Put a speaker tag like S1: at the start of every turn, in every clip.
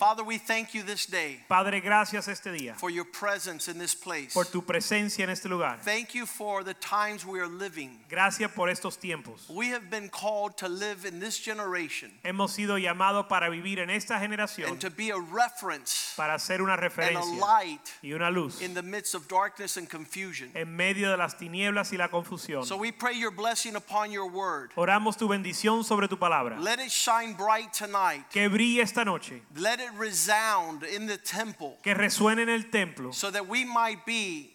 S1: Father, we thank you this day
S2: Padre, gracias este día
S1: for your presence in this place.
S2: por tu presencia en este lugar.
S1: Thank you for the times we are living.
S2: Gracias por estos tiempos.
S1: We have been called to live in this generation
S2: Hemos sido llamados para vivir en esta generación,
S1: and to be a reference
S2: para ser una
S1: and a
S2: referencia
S1: light
S2: y una luz
S1: in the midst of darkness and confusion.
S2: en medio de las tinieblas y la confusión.
S1: So we pray your blessing upon your word.
S2: Oramos tu bendición sobre tu palabra.
S1: Let it shine bright tonight.
S2: Que brille esta noche,
S1: Let it resound in the temple
S2: que resuene en el templo,
S1: so that we might be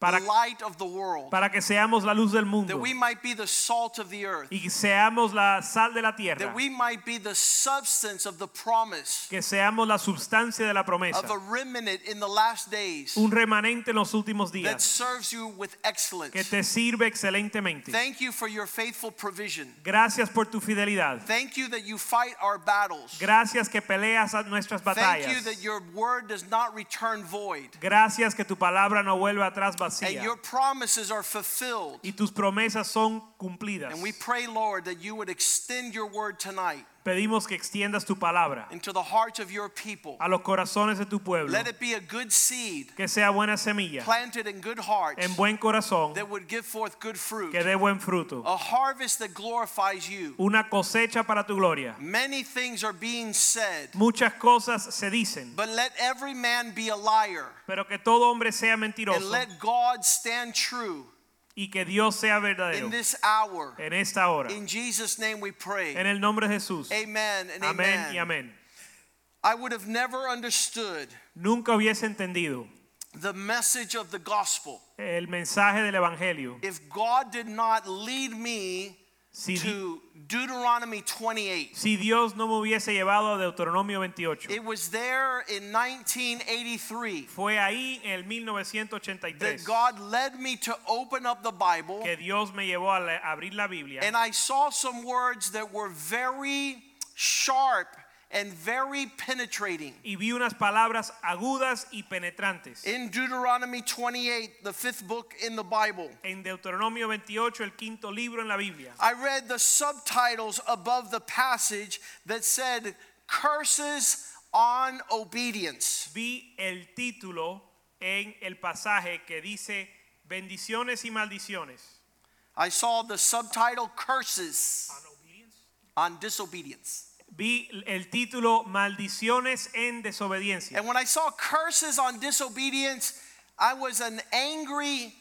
S2: para,
S1: the light of the world,
S2: para que seamos la luz del
S1: that
S2: mundo
S1: we might be the salt of the earth.
S2: y seamos la sal de la tierra,
S1: that we might be the substance of the promise
S2: que seamos la sustancia de la promesa,
S1: of a remnant in the last days
S2: un remanente en los últimos
S1: that
S2: días
S1: serves you with
S2: que
S1: excellence.
S2: te sirve excelentemente.
S1: Thank you for your faithful provision.
S2: Gracias por tu fidelidad.
S1: Thank you that you fight our battles.
S2: Gracias que peleas a nuestras
S1: Thank you that
S2: batallas.
S1: your word does not return void
S2: Gracias que tu palabra no vuelve atrás
S1: and
S2: vacía.
S1: your promises are fulfilled.
S2: Y tus promesas son cumplidas.
S1: And we pray, Lord, that you would extend your word tonight
S2: Pedimos que extiendas tu palabra
S1: into the hearts of your people.
S2: a los corazones de tu pueblo.
S1: Let it be a good seed
S2: Que sea buena semilla,
S1: planted in good hearts
S2: en buen corazón,
S1: that Oh. would give forth good fruit,
S2: que dé buen fruto.
S1: a harvest that glorifies you.
S2: Una cosecha para tu gloria.
S1: Many things are being said,
S2: Muchas cosas se dicen,
S1: but let every man be a liar,
S2: pero que todo hombre sea
S1: and
S2: mentiroso
S1: let God stand true
S2: y que Dios sea
S1: in
S2: verdadero
S1: this hour.
S2: en esta hora.
S1: In Jesus' name we
S2: En
S1: pray.
S2: el nombre de Jesús.
S1: Amen and
S2: Amén y
S1: amen.
S2: amén.
S1: I would have never understood
S2: Nunca hubiese entendido
S1: the message of the gospel
S2: el mensaje del Evangelio
S1: if God did not lead me
S2: si, di-
S1: to Deuteronomy 28.
S2: si Dios no me hubiese llevado a Deuteronomio 28.
S1: It was there in 1983
S2: Fue ahí en el
S1: that
S2: 1983
S1: God led me to open up the Bible
S2: que Dios me llevó a la- abrir la Biblia
S1: And I saw some words that were very sharp and very penetrating.
S2: y vi unas palabras agudas y penetrantes.
S1: In Deuteronomy 28, the fifth book in the Bible,
S2: En Deuteronomio 28, el quinto libro en la Biblia,
S1: I read the subtitles above the passage that said, Curses on Obedience.
S2: vi el título en el pasaje que dice bendiciones y maldiciones.
S1: I saw the subtitle, Curses on Disobedience.
S2: Vi el título maldiciones en desobediencia.
S1: And when I saw curses on disobedience, I was an angry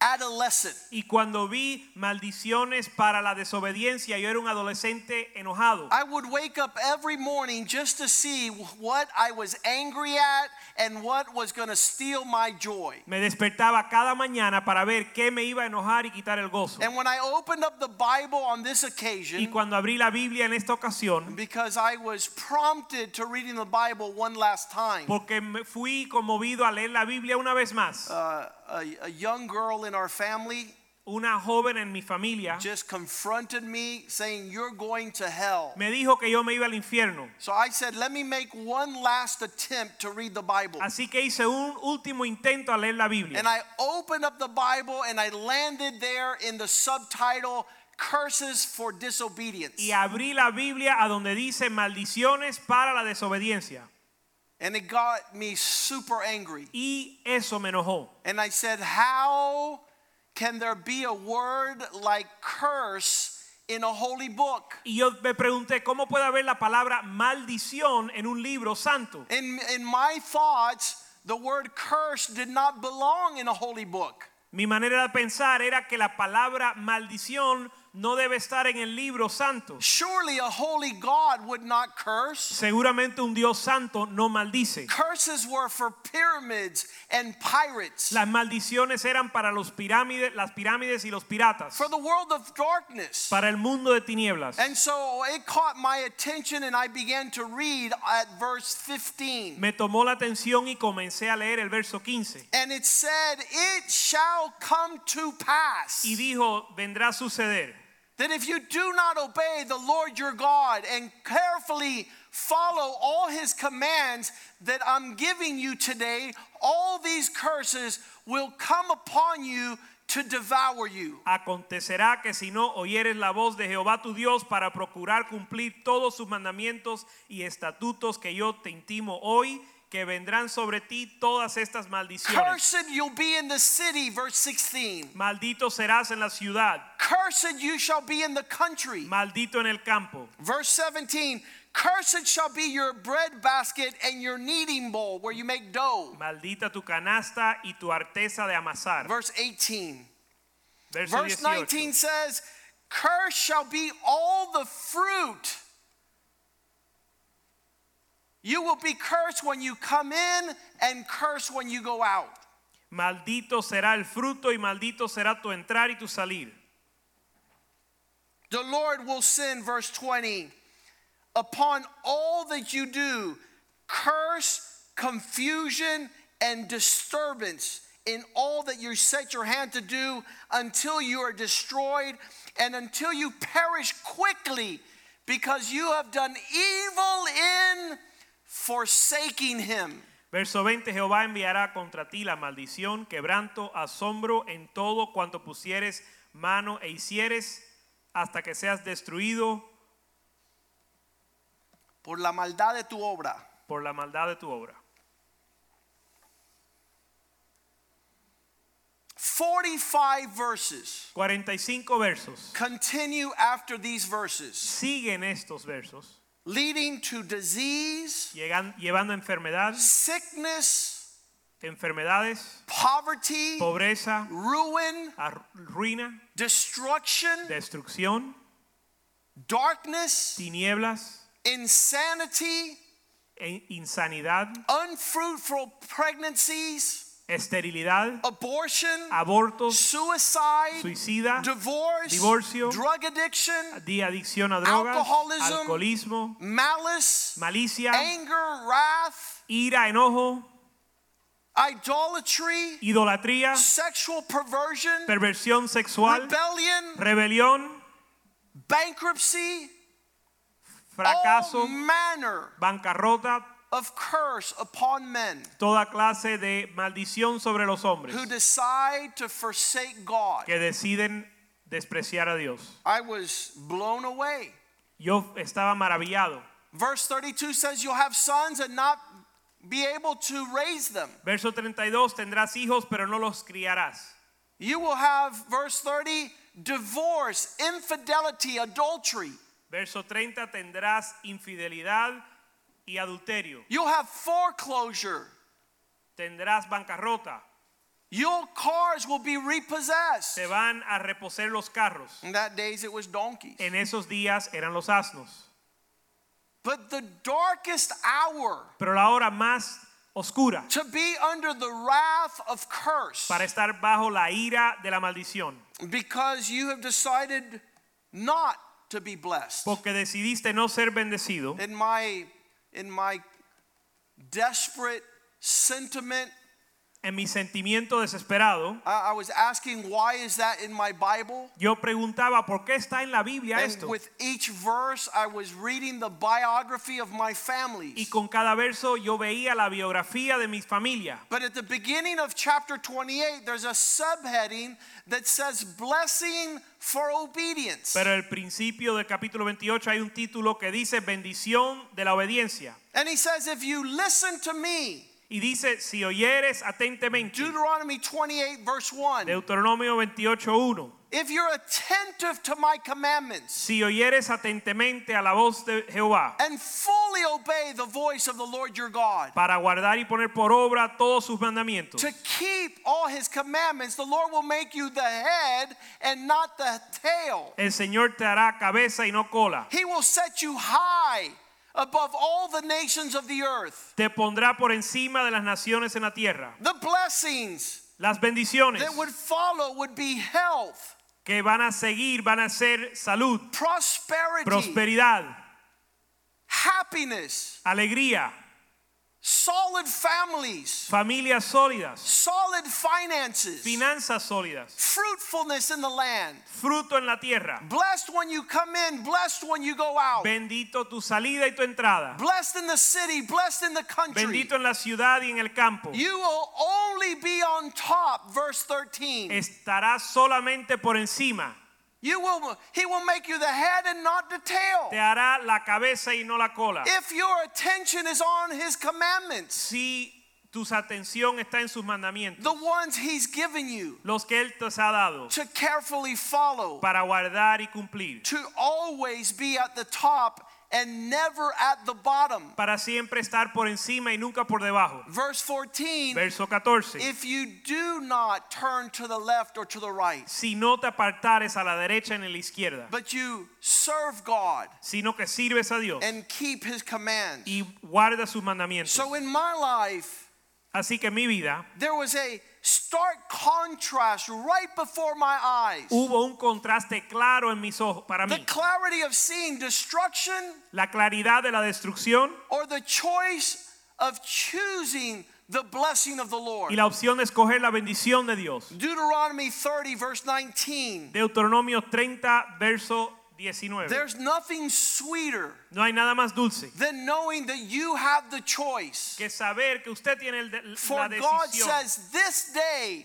S1: adolescent.
S2: Y cuando vi maldiciones para la desobediencia, yo era un adolescente enojado.
S1: I would wake up every morning just to see what I was angry at and what was going to steal my joy.
S2: Me despertaba cada mañana para ver qué me iba a enojar y quitar el gozo.
S1: And when I opened up the Bible on this
S2: Y
S1: occasion,
S2: cuando abrí la Biblia en esta ocasión,
S1: because I was prompted to reading the Bible one last time,
S2: porque me fui conmovido a leer la Biblia una vez más,
S1: uh, a, a young girl in our family
S2: una joven en mi familia
S1: just confronted me saying, You're going to hell.
S2: me dijo que yo me iba al infierno.
S1: So I said, Let me make one last attempt to read the Bible.
S2: Así que hice un último intento a leer la Biblia.
S1: And I opened up the Bible and I landed there in the subtitle Curses for Disobedience.
S2: Y abrí la Biblia a donde dice maldiciones para la desobediencia.
S1: And it got me super angry.
S2: Y eso me enojó.
S1: And I said, How can there be a word like curse in a holy book?
S2: Y yo me pregunté, ¿cómo puede haber la palabra maldición en un libro santo?
S1: In, in my thoughts, the word curse did not belong in a holy book.
S2: Mi manera de pensar era que la palabra maldición no debe estar en el libro santo.
S1: Surely a holy God would not curse.
S2: Seguramente un Dios santo no maldice.
S1: Curses were for pyramids and pirates,
S2: Las maldiciones eran para los pirámides, las pirámides y los piratas,
S1: for the world of darkness.
S2: para el mundo de tinieblas.
S1: And so it caught my attention, and I began to read at verse 15.
S2: Me tomó la atención y comencé a leer el verso 15.
S1: And it said, It shall come to pass
S2: Y dijo, vendrá a suceder
S1: that if you do not obey the Lord your God and carefully follow all his commands that I'm giving you today, all these curses will come upon you to devour you.
S2: Acontecerá que si no oyeres la voz de Jehová tu Dios para procurar cumplir todos sus mandamientos y estatutos que yo te intimo hoy, que vendrán sobre ti todas estas maldiciones.
S1: Cursed you'll be in the city, verse 16.
S2: Maldito serás en la ciudad,
S1: Cursed you shall be in the country.
S2: maldito en el campo.
S1: Verse 17 Cursed shall be your bread basket and your kneading bowl where you make dough.
S2: Maldita tu canasta y tu arteza de amasar.
S1: Verse 18.
S2: Verso
S1: Verse 19
S2: 18.
S1: says, Cursed shall be all the fruit. You will be cursed when you come in and cursed when you go out.
S2: Maldito será el fruto y maldito será tu entrar y tu salir.
S1: The Lord will send, verse 20, upon all that you do curse, confusion, and disturbance in all that you set your hand to do until you are destroyed and until you perish quickly because you have done evil in forsaking him.
S2: Verso 20, Jehová enviará contra ti la maldición, quebranto, asombro en todo cuanto pusieres mano e hicieres hasta que seas destruido
S1: Por la maldad de tu obra.
S2: por la maldad de tu obra.
S1: 45 verses
S2: 45 versos.
S1: continue after these verses,
S2: Siguen estos versos,
S1: leading to disease.
S2: llegan- llevando enfermedades,
S1: sickness,
S2: enfermedades,
S1: poverty,
S2: pobreza,
S1: ruin,
S2: ar- ruina,
S1: destruction,
S2: destrucción,
S1: darkness,
S2: tinieblas,
S1: insanity,
S2: e- insanidad,
S1: unfruitful pregnancies,
S2: esterilidad,
S1: abortion,
S2: abortos,
S1: suicide,
S2: suicida,
S1: divorce,
S2: divorcio,
S1: drug addiction,
S2: di adicción a drogas,
S1: Alcoholism,
S2: alcoholismo,
S1: malice,
S2: malicia,
S1: anger, wrath,
S2: ira, enojo,
S1: idolatry,
S2: idolatría,
S1: sexual perversion,
S2: perversión sexual,
S1: rebellion,
S2: rebelión,
S1: bankruptcy, all Oh,
S2: fracaso,
S1: manner
S2: bancarrota,
S1: of curse upon men.
S2: toda clase de maldición sobre los hombres
S1: who decide to forsake God.
S2: que deciden despreciar a Dios.
S1: I was blown away.
S2: Yo estaba maravillado.
S1: Verse 32 says, You'll have sons and not be able to raise them.
S2: Verso 32, tendrás hijos pero no los criarás.
S1: You will have, verse 30, divorce, infidelity, adultery.
S2: Verso 30, tendrás infidelidad y adulterio.
S1: You'll have foreclosure.
S2: Tendrás bancarrota.
S1: Your cars will be repossessed.
S2: Se van a reposer los carros.
S1: In that days it was donkeys.
S2: En esos días eran los asnos.
S1: But the darkest hour
S2: Pero la hora más oscura
S1: to be under the wrath of curse
S2: para estar bajo la ira de la maldición.
S1: because you have decided not to be blessed.
S2: Porque decidiste no ser bendecido.
S1: in my in my desperate sentiment
S2: En mi sentimiento desesperado,
S1: I, I was asking why is that in my bible
S2: yo preguntaba, ¿por qué está en la Biblia
S1: and
S2: esto?
S1: with each verse i was reading the biography of my
S2: Y
S1: families
S2: con cada verso yo veía la biografía de mi familia.
S1: but at the beginning of chapter 28 there's a subheading that says blessing for obedience
S2: Pero al principio del capítulo 28 hay un título que dice bendición de la obediencia.
S1: and he says if you listen to me
S2: Y dice, si oyeres atentamente,
S1: deuteronomy 28 verse 1
S2: Deuteronomio 28.1,
S1: If you're attentive to my commandments
S2: Si oyeres atentamente a la voz de Jehová
S1: and fully obey the voice of the Lord your God,
S2: para guardar y poner por obra todos sus mandamientos
S1: to keep all his commandments, the Lord will make you the head and not the tail.
S2: el Señor te hará cabeza y no cola
S1: He will set you high above all the nations of the earth.
S2: te pondrá por encima de las naciones en la tierra
S1: The blessings
S2: las bendiciones
S1: that would follow would be health,
S2: que van a seguir van a ser salud
S1: prosperity,
S2: prosperidad
S1: happiness,
S2: alegría
S1: solid families,
S2: familias sólidas
S1: solid finances,
S2: finanzas sólidas
S1: fruitfulness in the land.
S2: fruto en la tierra
S1: Blessed when you come in, blessed when you go out.
S2: bendito tu salida y tu entrada
S1: Blessed in the city, blessed in the country.
S2: bendito en la ciudad y en el campo
S1: You will only be on top, verse 13.
S2: estará solamente por encima.
S1: You will he will make you the head and not the
S2: Te
S1: tail.
S2: hará la cabeza y no la cola.
S1: If your attention is on his commandments,
S2: Si tu atención está en sus mandamientos,
S1: the ones he's given you
S2: los que Él te ha dado
S1: to carefully follow,
S2: para guardar y cumplir,
S1: to always be at the top and never at the bottom.
S2: para siempre estar por encima y nunca por debajo.
S1: Verse 14,
S2: Verso 14.
S1: if you do not turn to the left or to the right,
S2: Si no te apartares a la derecha ni a la izquierda,
S1: but you serve God
S2: sino que sirves a Dios
S1: and keep his commands.
S2: y guardas sus mandamientos.
S1: So in my life,
S2: Así que en mi vida
S1: there was a stark contrast right before my eyes.
S2: hubo un contraste claro en mis ojos para
S1: The
S2: mí.
S1: clarity of seeing destruction
S2: La claridad de la destrucción
S1: or the choice of choosing the blessing of the Lord.
S2: y la opción de escoger la bendición de Dios.
S1: Deuteronomy 30, verse 19.
S2: Deuteronomio 30, verso 19.
S1: There's nothing sweeter
S2: No hay nada más dulce
S1: than knowing that you have the choice.
S2: que saber que usted tiene el de- la
S1: For God
S2: decisión.
S1: says, This day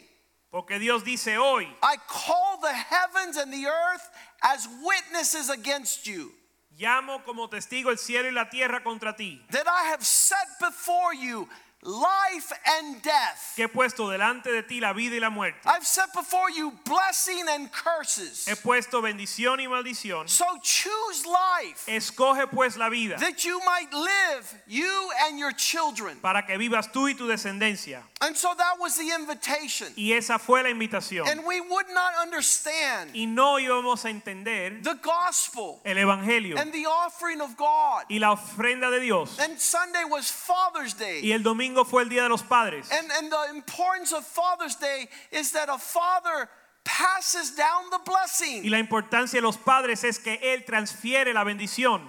S2: Porque Dios dice hoy,
S1: I call the heavens and the earth as witnesses against you.
S2: llamo como testigo el cielo y la tierra contra ti,
S1: that I have set before you life and death.
S2: que he puesto delante de ti la vida y la muerte.
S1: I've set before you blessing and curses.
S2: He puesto bendición y maldición.
S1: So choose life
S2: Escoge pues la vida
S1: that you might live, you and your children.
S2: para que vivas tú y tu descendencia.
S1: And so that was the invitation.
S2: Y esa fue la invitación.
S1: And we would not understand
S2: Y no íbamos a entender
S1: the gospel
S2: el Evangelio
S1: and the offering of God.
S2: y la ofrenda de Dios.
S1: And Sunday was Father's
S2: Y
S1: Day.
S2: el domingo fue el Día de los Padres.
S1: And, and the importance of Father's Day is that a father passes down the blessing.
S2: Y la importancia de los padres es que Él transfiere la bendición.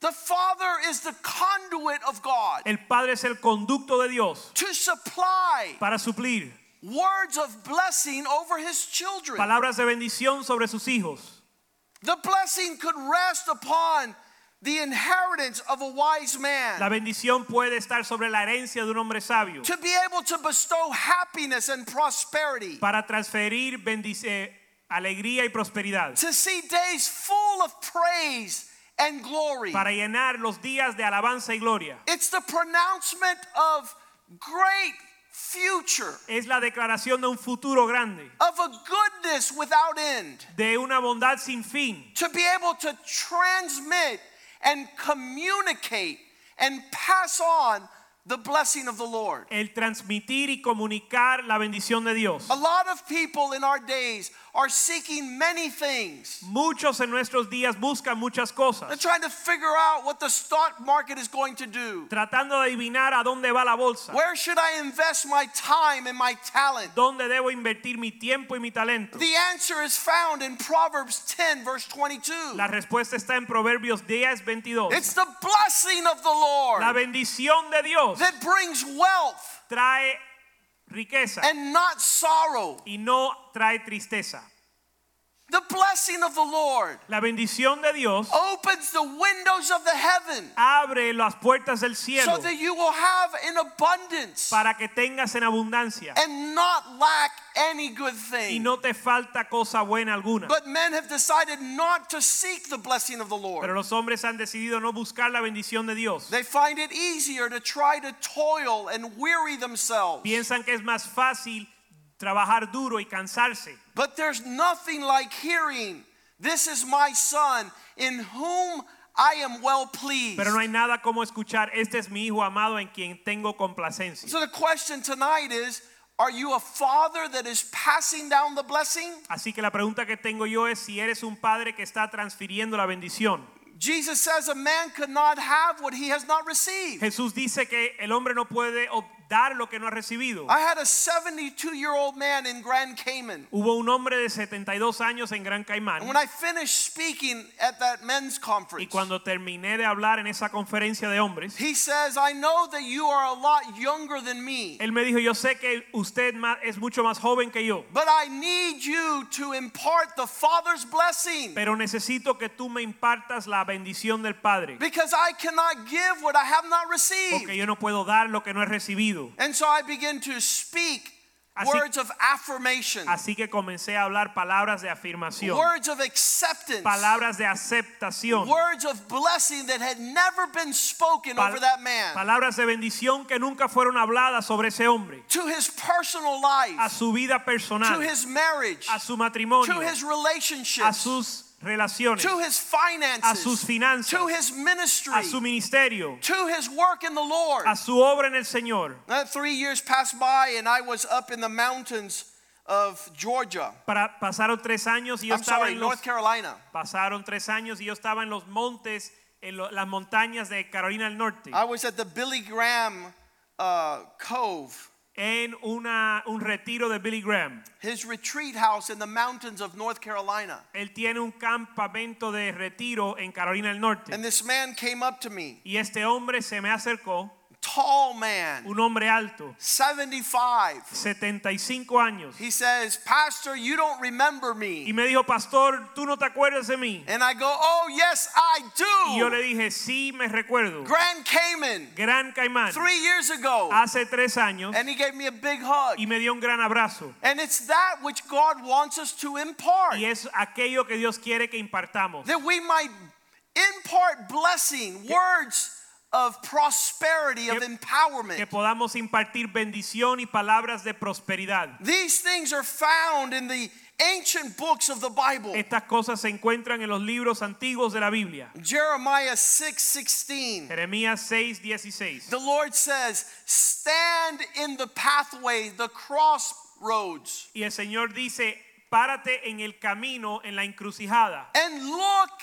S1: The Father is the conduit of God
S2: El Padre es el conducto de Dios
S1: to supply
S2: para suplir
S1: words of blessing over His children.
S2: palabras de bendición sobre sus hijos.
S1: The blessing could rest upon the inheritance of a wise
S2: La
S1: man
S2: bendición puede estar sobre la herencia de un hombre sabio
S1: to be able to bestow happiness and prosperity,
S2: para transferir bendic- eh, alegría y prosperidad,
S1: to see days full of praise and glory.
S2: para llenar los días de alabanza y gloria.
S1: It's the pronouncement of great future,
S2: Es la declaración de un futuro grande,
S1: of a goodness without end.
S2: de una bondad sin fin,
S1: to be able to transmit and communicate and pass on the blessing of the Lord.
S2: el transmitir y comunicar la bendición de Dios.
S1: A lot of people in our days are seeking many things.
S2: Muchos en nuestros días buscan muchas cosas.
S1: They're trying to figure out what the stock market is going to do.
S2: tratando de adivinar a dónde va la bolsa,
S1: Where should I invest my time and my talent?
S2: dónde debo invertir mi tiempo y mi talento.
S1: The answer is found in Proverbs 10, verse 22.
S2: La respuesta está en Proverbios 10, 22.
S1: It's the blessing of the Lord
S2: La bendición de Dios
S1: that brings wealth
S2: trae riqueza
S1: and not sorrow.
S2: y no trae tristeza.
S1: The blessing of the Lord
S2: La bendición de Dios
S1: Oh. opens the windows of the heaven
S2: abre las puertas del cielo
S1: so that you will have in abundance
S2: para que tengas en abundancia
S1: and not lack any good
S2: y
S1: thing.
S2: no te falta cosa buena alguna.
S1: But men have decided not to seek the blessing of the
S2: Pero
S1: Lord.
S2: los hombres han decidido no buscar la bendición de Dios.
S1: They find it easier to try to toil and weary themselves
S2: Piensan que es más fácil trabajar duro y cansarse.
S1: But there's nothing like hearing, This is my son in whom I am well pleased.
S2: Pero no hay nada como escuchar, este es mi hijo amado en quien tengo complacencia.
S1: So the question tonight is Are you a father that is passing down the blessing?
S2: Así que la pregunta que tengo yo es si eres un padre que está transfiriendo la bendición.
S1: Jesus says a man cannot have what he has not received.
S2: Jesús dice que el hombre no puede ob- dar lo que no ha recibido.
S1: I had a 72 year old man in Grand Cayman.
S2: Hubo un hombre de 72 años en Gran Caimán
S1: And when I finished speaking at that men's
S2: y
S1: conference,
S2: cuando terminé de hablar en esa conferencia de hombres,
S1: he says, I know that you are a lot younger than me,
S2: él me dijo, yo sé que usted ma- es mucho más joven que yo,
S1: but I need you to impart the Father's blessing
S2: pero necesito que tú me impartas la bendición del Padre,
S1: because I cannot give what I have not received.
S2: porque yo no puedo dar lo que no he recibido.
S1: And so I begin to speak
S2: Así-
S1: words of affirmation,
S2: Así que comencé a hablar palabras de afirmación,
S1: words of acceptance,
S2: palabras de aceptación,
S1: words of blessing that had never been spoken
S2: pal-
S1: over that man
S2: palabras de bendición que nunca fueron habladas sobre ese hombre,
S1: to his personal
S2: a
S1: life,
S2: su vida
S1: to
S2: personal,
S1: his marriage,
S2: a su
S1: to
S2: matrimonio,
S1: his
S2: a
S1: relationships,
S2: sus relaciones,
S1: to his
S2: a sus
S1: finances, to
S2: finanzas,
S1: his ministry,
S2: a su ministerio,
S1: to his work in the Lord.
S2: a su obra en el Señor.
S1: Now, three years passed by, and I was up in the mountains of Georgia.
S2: Para, pasaron tres años y yo
S1: I'm
S2: estaba
S1: sorry,
S2: en los,
S1: North Carolina.
S2: pasaron tres años y yo estaba en los montes, en lo- las montañas de Carolina del Norte,
S1: I was at the Billy Graham uh, Cove,
S2: en una, un retiro de Billy Graham.
S1: his retreat house in the mountains of North Carolina.
S2: Él tiene un campamento de retiro en Carolina del
S1: And
S2: Norte.
S1: this man came up to me,
S2: Y este hombre se me acercó,
S1: tall man,
S2: un hombre alto,
S1: 75.
S2: 75 años,
S1: He says, Pastor, you don't remember
S2: y
S1: me.
S2: me dijo, pastor, ¿tú no te acuerdas de mí?
S1: And I go, Oh, yes, I
S2: Y yo le
S1: do.
S2: dije, sí, me recuerdo.
S1: Grand Cayman,
S2: Gran Caimán,
S1: three years ago.
S2: hace tres años,
S1: And he gave me a big hug.
S2: Ah, y me dio un gran abrazo.
S1: And it's that which God wants us to impart,
S2: Y es aquello que Dios quiere que impartamos.
S1: that we might impart blessing, words of prosperity, of
S2: Que
S1: empowerment.
S2: podamos impartir bendición y palabras de prosperidad.
S1: These things are found in the ancient books of the Bible.
S2: Estas cosas se encuentran en los libros antiguos de la Biblia.
S1: Jeremiah 6 16.
S2: Jeremías 6, 16.
S1: The Lord says, Stand in the pathway, the crossroads,
S2: Y el Señor dice, párate en el camino, en la encrucijada,
S1: and look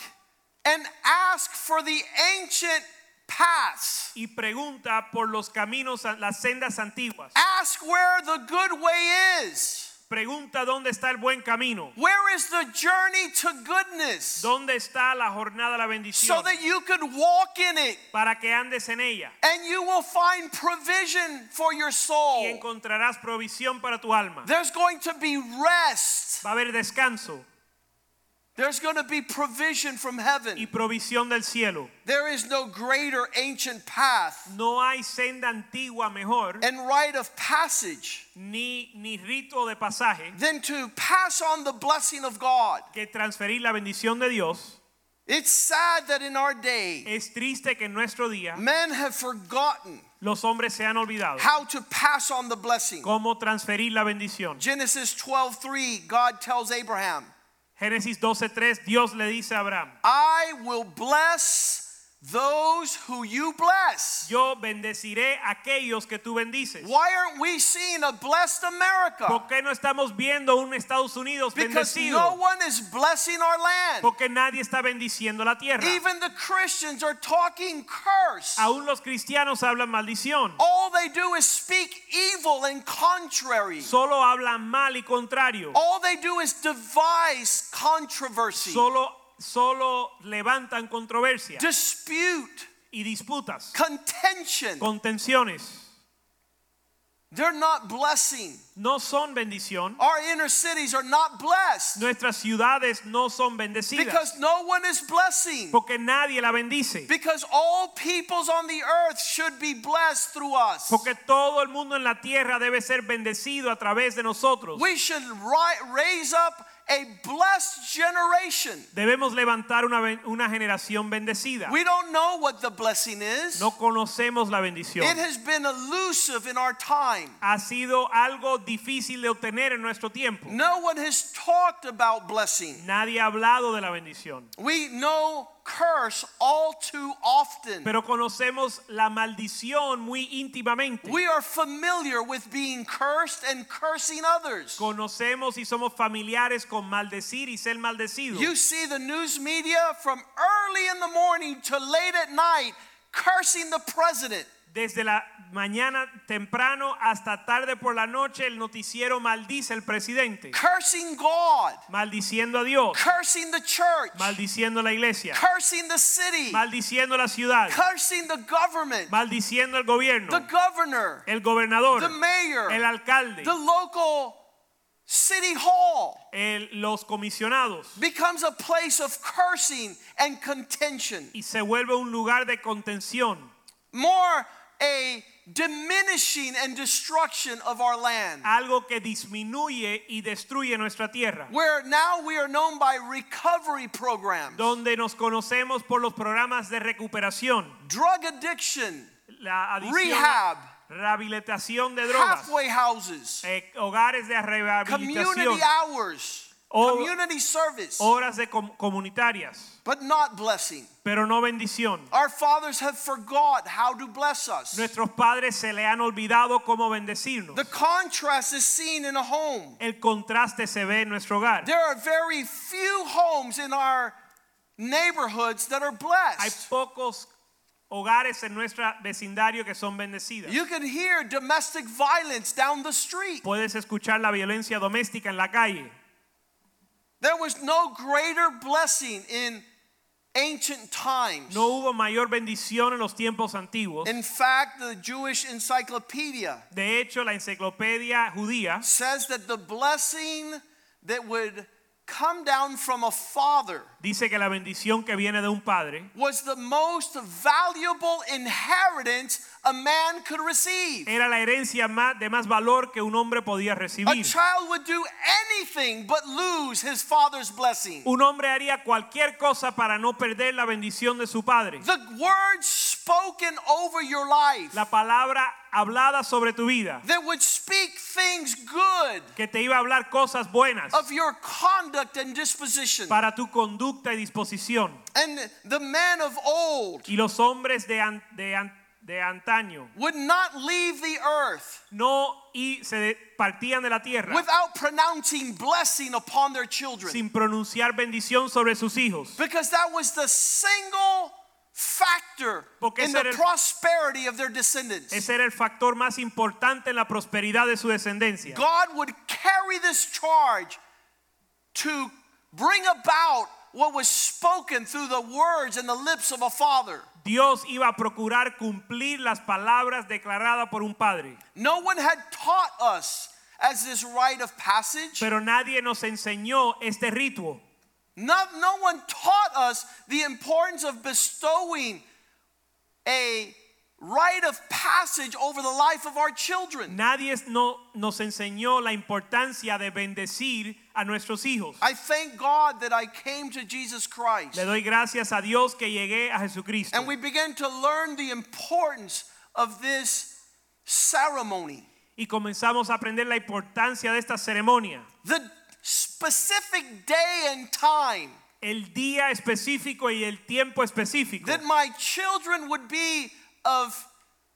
S1: and ask for the ancient paths.
S2: y pregunta por los caminos, las sendas antiguas.
S1: Ask where the good way is.
S2: Pregunta dónde está el buen camino,
S1: Where is the journey to goodness?
S2: dónde está la jornada de la bendición,
S1: So that you could walk in it
S2: para que andes en ella
S1: and you will find provision for your
S2: y
S1: soul.
S2: encontrarás provisión para tu alma.
S1: There's going to be rest.
S2: Va a haber descanso
S1: There's going to be provision from
S2: y
S1: heaven.
S2: provisión del cielo.
S1: There is no greater ancient path
S2: No hay senda antigua mejor
S1: and rite of passage
S2: ni, ni rito de pasaje
S1: than to pass on the blessing of God.
S2: que transferir la bendición de Dios.
S1: It's sad that in our day,
S2: Es triste que en nuestro día
S1: men have forgotten
S2: los hombres se han olvidado.
S1: Mm. how to pass on the blessing.
S2: cómo transferir la bendición.
S1: Genesis 12:3, God tells Abraham,
S2: Génesis 12:3 Dios le dice a Abraham,
S1: I will bless those who you bless.
S2: yo bendeciré a aquellos que tú bendices.
S1: Why aren't we seeing a blessed America?
S2: ¿Por qué no estamos viendo un Estados Unidos
S1: Because no
S2: bendecido?
S1: one is blessing our land.
S2: Porque nadie está bendiciendo la tierra.
S1: Even the Christians are talking curse.
S2: Aún los cristianos hablan maldición.
S1: All they do is speak evil and contrary.
S2: Solo hablan mal y contrario.
S1: All they do is devise controversy,
S2: Solo solo levantan controversia
S1: dispute,
S2: y disputas,
S1: contention.
S2: contenciones.
S1: They're not blessing.
S2: No son bendición.
S1: Our inner cities are not blessed
S2: Nuestras ciudades no son bendecidas
S1: because no one is blessing.
S2: porque nadie la bendice.
S1: Because all peoples on the earth should be blessed through us.
S2: Porque todo el mundo en la tierra debe ser bendecido a través de nosotros.
S1: We should ri- raise up a blessed generation.
S2: Debemos levantar una, ben- una generación bendecida.
S1: We don't know what the blessing is.
S2: No conocemos la bendición.
S1: It has been elusive in our time.
S2: Ha sido algo difícil de obtener en nuestro tiempo.
S1: No one has talked about blessing.
S2: Nadie ha hablado de la bendición.
S1: We know curse all too often.
S2: Pero conocemos la maldición muy íntimamente.
S1: We are familiar with being cursed and cursing others.
S2: Conocemos y somos familiares con maldecir y ser maldecido.
S1: You see the news media from early in the morning to late at night cursing the president.
S2: Desde la mañana temprano hasta tarde por la noche el noticiero maldice al presidente,
S1: cursing God,
S2: maldiciendo a Dios,
S1: cursing the church,
S2: maldiciendo a la iglesia,
S1: cursing the city,
S2: maldiciendo a la ciudad,
S1: cursing the government,
S2: maldiciendo al
S1: the
S2: gobierno,
S1: governor,
S2: el gobernador,
S1: the
S2: el
S1: mayor,
S2: alcalde,
S1: the local city hall
S2: el- los comisionados
S1: becomes a place of cursing and contention.
S2: y se vuelve un lugar de contención,
S1: More a diminishing and destruction of our land.
S2: algo que disminuye y destruye nuestra tierra,
S1: Where now we are known by recovery programs,
S2: donde nos conocemos por los programas de recuperación,
S1: drug addiction,
S2: la adicción,
S1: rehab,
S2: rehabilitación de drogas.
S1: halfway houses.
S2: eh, hogares de rehabilitación,
S1: community hours,
S2: O-
S1: community service,
S2: horas de com- comunitarias,
S1: but not blessing.
S2: pero no bendición.
S1: Our fathers have forgot how to bless us.
S2: Nuestros padres se le han olvidado cómo bendecirnos.
S1: The contrast is seen in a home.
S2: El contraste se ve en nuestro hogar.
S1: There are very few homes in our neighborhoods that are
S2: Hay
S1: blessed.
S2: pocos hogares en nuestro vecindario que son bendecidas.
S1: You can hear domestic violence down the street.
S2: Puedes escuchar la violencia doméstica en la calle.
S1: There was no greater blessing in ancient times.
S2: No hubo mayor bendición en los tiempos antiguos.
S1: In fact, the Jewish encyclopedia
S2: De hecho, la enciclopedia judía
S1: says that the blessing that would come down from a father
S2: dice que la bendición que viene de un padre
S1: was the most valuable inheritance a man could receive.
S2: era la herencia más, de más valor que un hombre podía
S1: A
S2: recibir.
S1: child would do anything but lose his father's blessing.
S2: Un hombre haría cualquier cosa para no perder la bendición de su padre.
S1: The words spoken over your life
S2: La palabra hablada sobre tu vida,
S1: that would speak things good
S2: que te iba a hablar cosas buenas
S1: of your conduct and disposition.
S2: para tu conducta y disposición.
S1: And the man of old
S2: Y los hombres de, an- de an- de antaño
S1: would not leave the earth
S2: no y se de- partían de la tierra
S1: without pronouncing blessing upon their children.
S2: sin pronunciar bendición sobre sus hijos.
S1: Because that was the single factor
S2: Porque
S1: in
S2: ese
S1: the
S2: era el-
S1: prosperity of their descendants.
S2: Ese era el factor más importante en la prosperidad de su descendencia.
S1: God would carry this charge to bring about what was spoken through the words and the lips of a father.
S2: Dios iba a procurar cumplir las palabras declaradas por un padre.
S1: No one had taught us as this rite of passage.
S2: Pero nadie nos enseñó este ritual.
S1: No, no one taught us the importance of bestowing a rite of passage over the life of our children.
S2: Nadie no- nos enseñó la importancia de bendecir a nuestros hijos.
S1: I thank God that I came to Jesus Christ.
S2: Le doy gracias a Dios que llegué a Jesucristo.
S1: And we began to learn the importance of this ceremony.
S2: Y comenzamos a aprender la importancia de esta ceremonia.
S1: The specific day and time
S2: El día específico y el tiempo específico.
S1: that my children would be of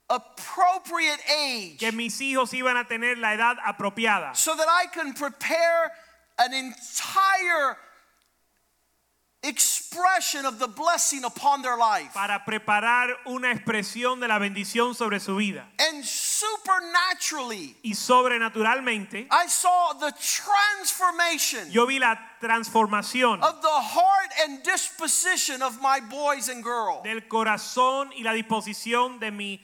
S1: appropriate age
S2: Que mis hijos iban a tener la edad apropiada.
S1: so that I can prepare an entire expression of the blessing upon their life
S2: Para preparar una expresión de la bendición sobre su vida.
S1: and supernaturally
S2: Y sobrenaturalmente,
S1: I saw the transformation
S2: yo vi la transformación
S1: of the heart and disposition of my boys and girls
S2: del corazón y la disposición de mis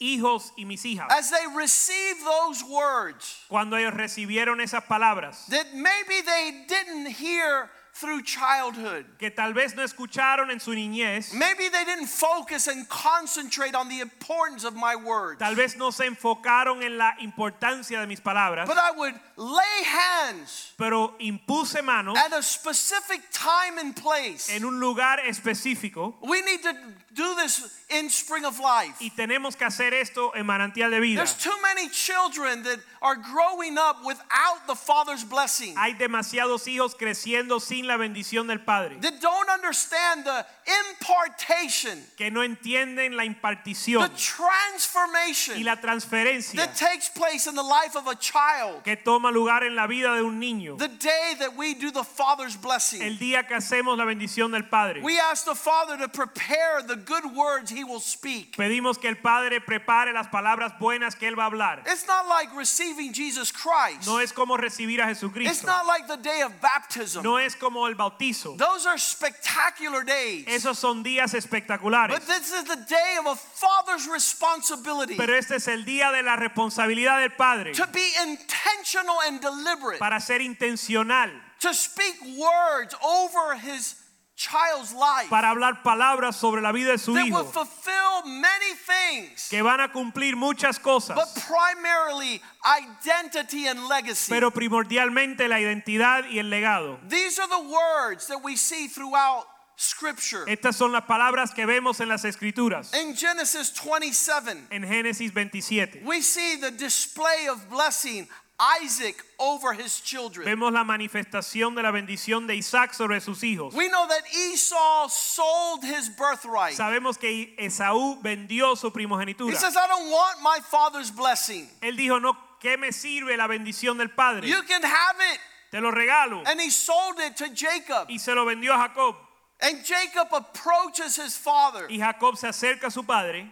S2: hijos y mis hijas.
S1: as they receive those words
S2: Cuando ellos recibieron esas palabras,
S1: that maybe they didn't hear through childhood.
S2: que tal vez no escucharon en su niñez,
S1: Maybe they didn't focus and concentrate on the importance of my words.
S2: tal vez no se enfocaron en la importancia de mis palabras,
S1: But I would lay hands
S2: pero impuse mano
S1: at a specific time and place.
S2: en un lugar específico
S1: We need to do this in Spring of Life.
S2: y tenemos que hacer esto en manantial de vida.
S1: There's too many children that are growing up without the Father's blessing,
S2: Hay demasiados hijos creciendo sin la bendición del Padre,
S1: that don't understand the impartation,
S2: que no entienden la
S1: the
S2: impartición y
S1: transformation
S2: la transferencia
S1: that takes place in the life of a child.
S2: que toma lugar en la vida de un niño
S1: The day that we do the Father's
S2: el
S1: blessing,
S2: día que hacemos la bendición del Padre.
S1: we ask the Father to prepare the good words He will speak.
S2: Pedimos que el Padre prepare las palabras buenas que Él va a hablar.
S1: It's not like receiving Jesus Christ.
S2: No es como recibir a
S1: It's
S2: Jesucristo.
S1: not like the day of baptism.
S2: No es como el bautizo.
S1: Those are spectacular days.
S2: Esos son días espectaculares.
S1: But this is the day of a father's responsibility
S2: Pero este es el día de la responsabilidad del Padre
S1: to be intentional and deliberate,
S2: para ser intencional,
S1: to speak words over his child's life
S2: para hablar palabras sobre la vida de su
S1: that will
S2: hijo,
S1: fulfill many things,
S2: que van a cumplir muchas
S1: but
S2: cosas,
S1: primarily identity and legacy.
S2: pero primordialmente la identidad y el legado.
S1: These are the words that we see throughout Scripture.
S2: Estas son las palabras que vemos en las Escrituras.
S1: In Genesis 27,
S2: En Génesis 27
S1: we see the display of blessing Isaac over his children.
S2: vemos la manifestación de la bendición de Isaac sobre sus hijos.
S1: We know that Esau sold his birthright.
S2: Sabemos que Esaú vendió su
S1: He
S2: primogenitura.
S1: says, I don't want my father's blessing.
S2: Él dijo, no, ¿qué me sirve la bendición del Padre?
S1: You can have it.
S2: Te lo regalo.
S1: And he sold it to Jacob.
S2: Y se lo vendió a Jacob.
S1: And Jacob approaches his father.
S2: Y Jacob se acerca a su padre.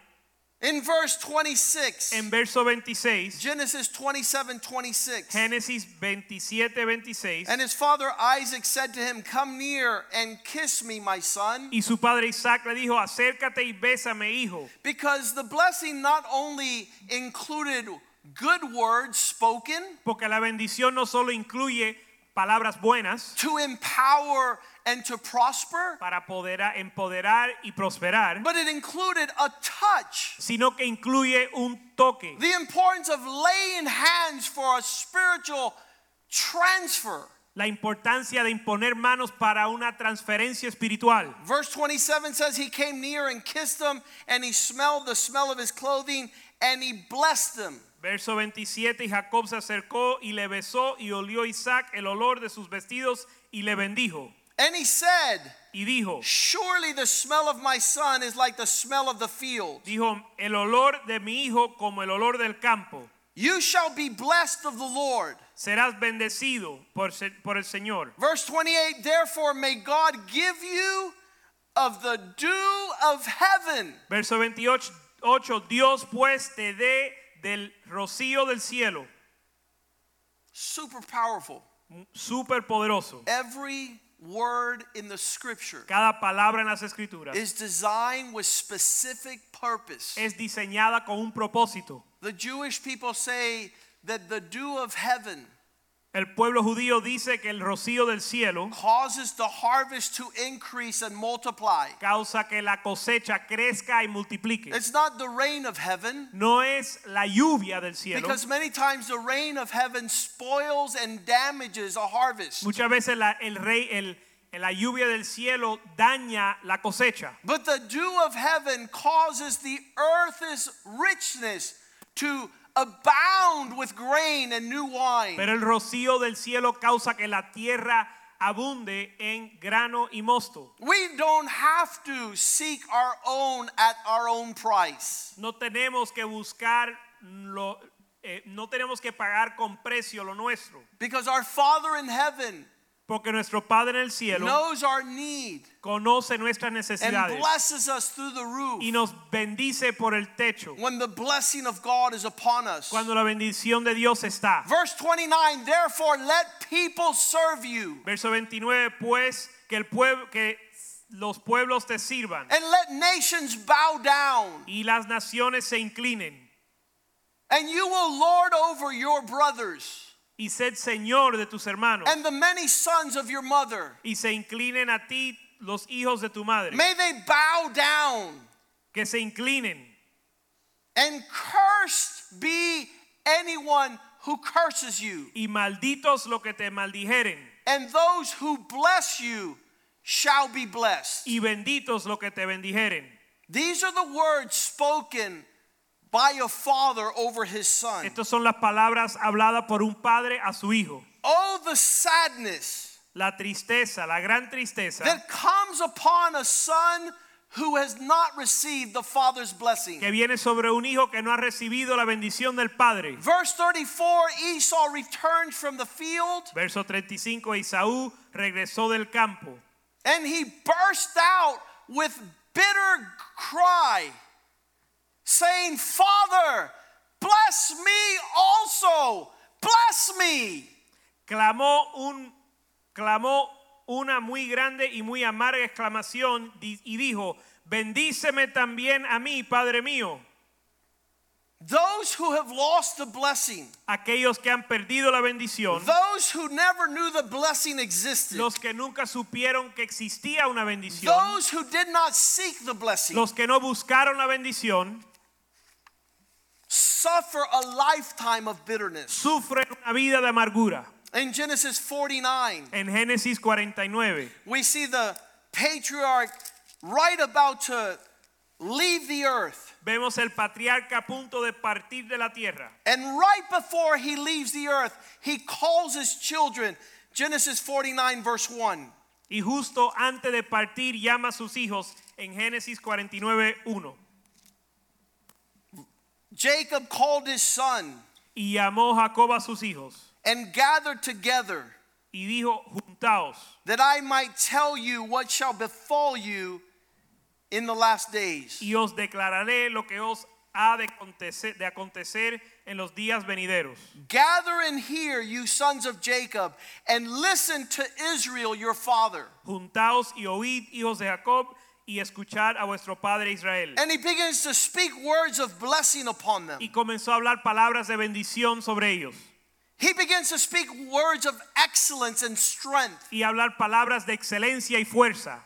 S1: In verse 26,
S2: En verso 26,
S1: Genesis 27 26.
S2: Génesis 27, 26.
S1: And his father Isaac said to him, Come near and kiss me, my son.
S2: Y su padre Isaac le dijo, acércate y bésame, hijo.
S1: Because the blessing not only included good words spoken
S2: Porque la bendición no solo incluye palabras buenas
S1: to empower and to prosper,
S2: para poder empoderar y prosperar,
S1: but it included a touch.
S2: sino que incluye un toque.
S1: The importance of laying hands for a spiritual transfer.
S2: La importancia de imponer manos para una transferencia espiritual.
S1: Verse 27 says, He came near and kissed them, and he smelled the smell of his clothing, and he blessed them.
S2: Verso 27, y Jacob se acercó y le besó y olió Isaac el olor de sus vestidos y le bendijo.
S1: And he said,
S2: Y dijo,
S1: Surely the smell of my son is like the smell of the field.
S2: dijo, el olor de mi hijo como el olor del campo.
S1: You shall be blessed of the Lord.
S2: Serás bendecido por, se- por el Señor.
S1: Verse 28 Therefore, may God give you of the dew of heaven.
S2: Verso 28, ocho, Dios pues te dé del rocío del cielo,
S1: Super powerful.
S2: súper poderoso.
S1: Every word in the scripture
S2: Cada palabra en las escrituras
S1: is designed with specific purpose.
S2: es diseñada con un propósito.
S1: The Jewish people say that the dew of heaven
S2: El pueblo judío dice que el rocío del cielo
S1: causes the harvest to increase and multiply.
S2: causa que la cosecha crezca y multiplique.
S1: It's not the rain of heaven,
S2: no es la lluvia del cielo.
S1: because many times the rain of heaven spoils and damages a harvest.
S2: Muchas veces la, el rey, el- la lluvia del cielo daña la cosecha.
S1: But the dew of heaven causes the earth's richness to abound with grain and new wine.
S2: Pero el rocío del cielo causa que la tierra abunde en grano y mosto.
S1: We don't have to seek our own at our own price.
S2: No tenemos que buscar, lo, eh, no tenemos que pagar con precio lo nuestro.
S1: Because our Father in heaven
S2: Porque nuestro Padre en el cielo
S1: knows our need
S2: conoce nuestras
S1: and
S2: necesidades
S1: blesses us through the
S2: y
S1: roof
S2: nos bendice por el techo
S1: when the blessing of God is upon us.
S2: cuando la bendición de Dios está.
S1: Verse 29 Therefore, let people serve you,
S2: Verso 29, pues que el pueblo que los pueblos te sirvan
S1: and let nations bow down,
S2: y las naciones se inclinen
S1: and you will lord over your brothers.
S2: y sed señor de tus hermanos
S1: and the many sons of your mother.
S2: y se inclinen a ti los hijos de tu madre.
S1: May they bow down
S2: que se inclinen
S1: and cursed be anyone who curses you.
S2: y malditos lo que te maldijeren
S1: And those who bless you shall be blessed.
S2: y benditos lo que te bendijeren.
S1: These are the words spoken by a father over his son.
S2: Estas son las palabras habladas por un padre a su hijo.
S1: Oh, the sadness
S2: La tristeza, la gran tristeza
S1: that comes upon a son who has not received the father's blessing.
S2: que viene sobre un hijo que no ha recibido la bendición del padre.
S1: Verse 34 Esau returned from the field
S2: Verso 35, Isaú regresó del campo
S1: and he burst out with bitter cry, saying, Father, bless me also, bless me.
S2: clamó un clamó una muy grande y muy amarga exclamación di- y dijo bendíceme también a mí padre mío
S1: Those who have lost the blessing,
S2: aquellos que han perdido la bendición
S1: those who never knew the blessing existed,
S2: los que nunca supieron que existía una bendición
S1: those who did not seek the blessing,
S2: los que no buscaron la bendición
S1: suffer a lifetime of bitterness.
S2: sufren una vida de amargura
S1: In Genesis 49,
S2: en Génesis 49
S1: we see the patriarch right about to leave the earth.
S2: vemos el patriarca a punto de partir de la tierra
S1: And right before he leaves the earth, he calls his children. Genesis 49, verse 1.
S2: Y justo antes de partir llama a sus hijos en Génesis 49.1.
S1: Jacob called his son
S2: Y llamó Jacob a sus hijos
S1: and gathered together
S2: y dijo, juntaos
S1: that I might tell you what shall befall you in the last days.
S2: y os declararé lo que os ha de acontecer, de acontecer en los días venideros.
S1: Gather and hear, you sons of Jacob, and listen to Israel your father.
S2: Juntaos y oíd, hijos de Jacob, y escuchad a vuestro padre Israel.
S1: And he begins to speak words of blessing upon them.
S2: Y comenzó a hablar palabras de bendición sobre ellos
S1: He begins to speak words of excellence and strength.
S2: y hablar palabras de excelencia y fuerza.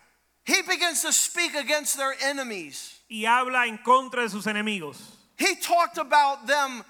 S1: He begins to speak against their enemies.
S2: Y habla en contra de sus enemigos.
S1: He talked about them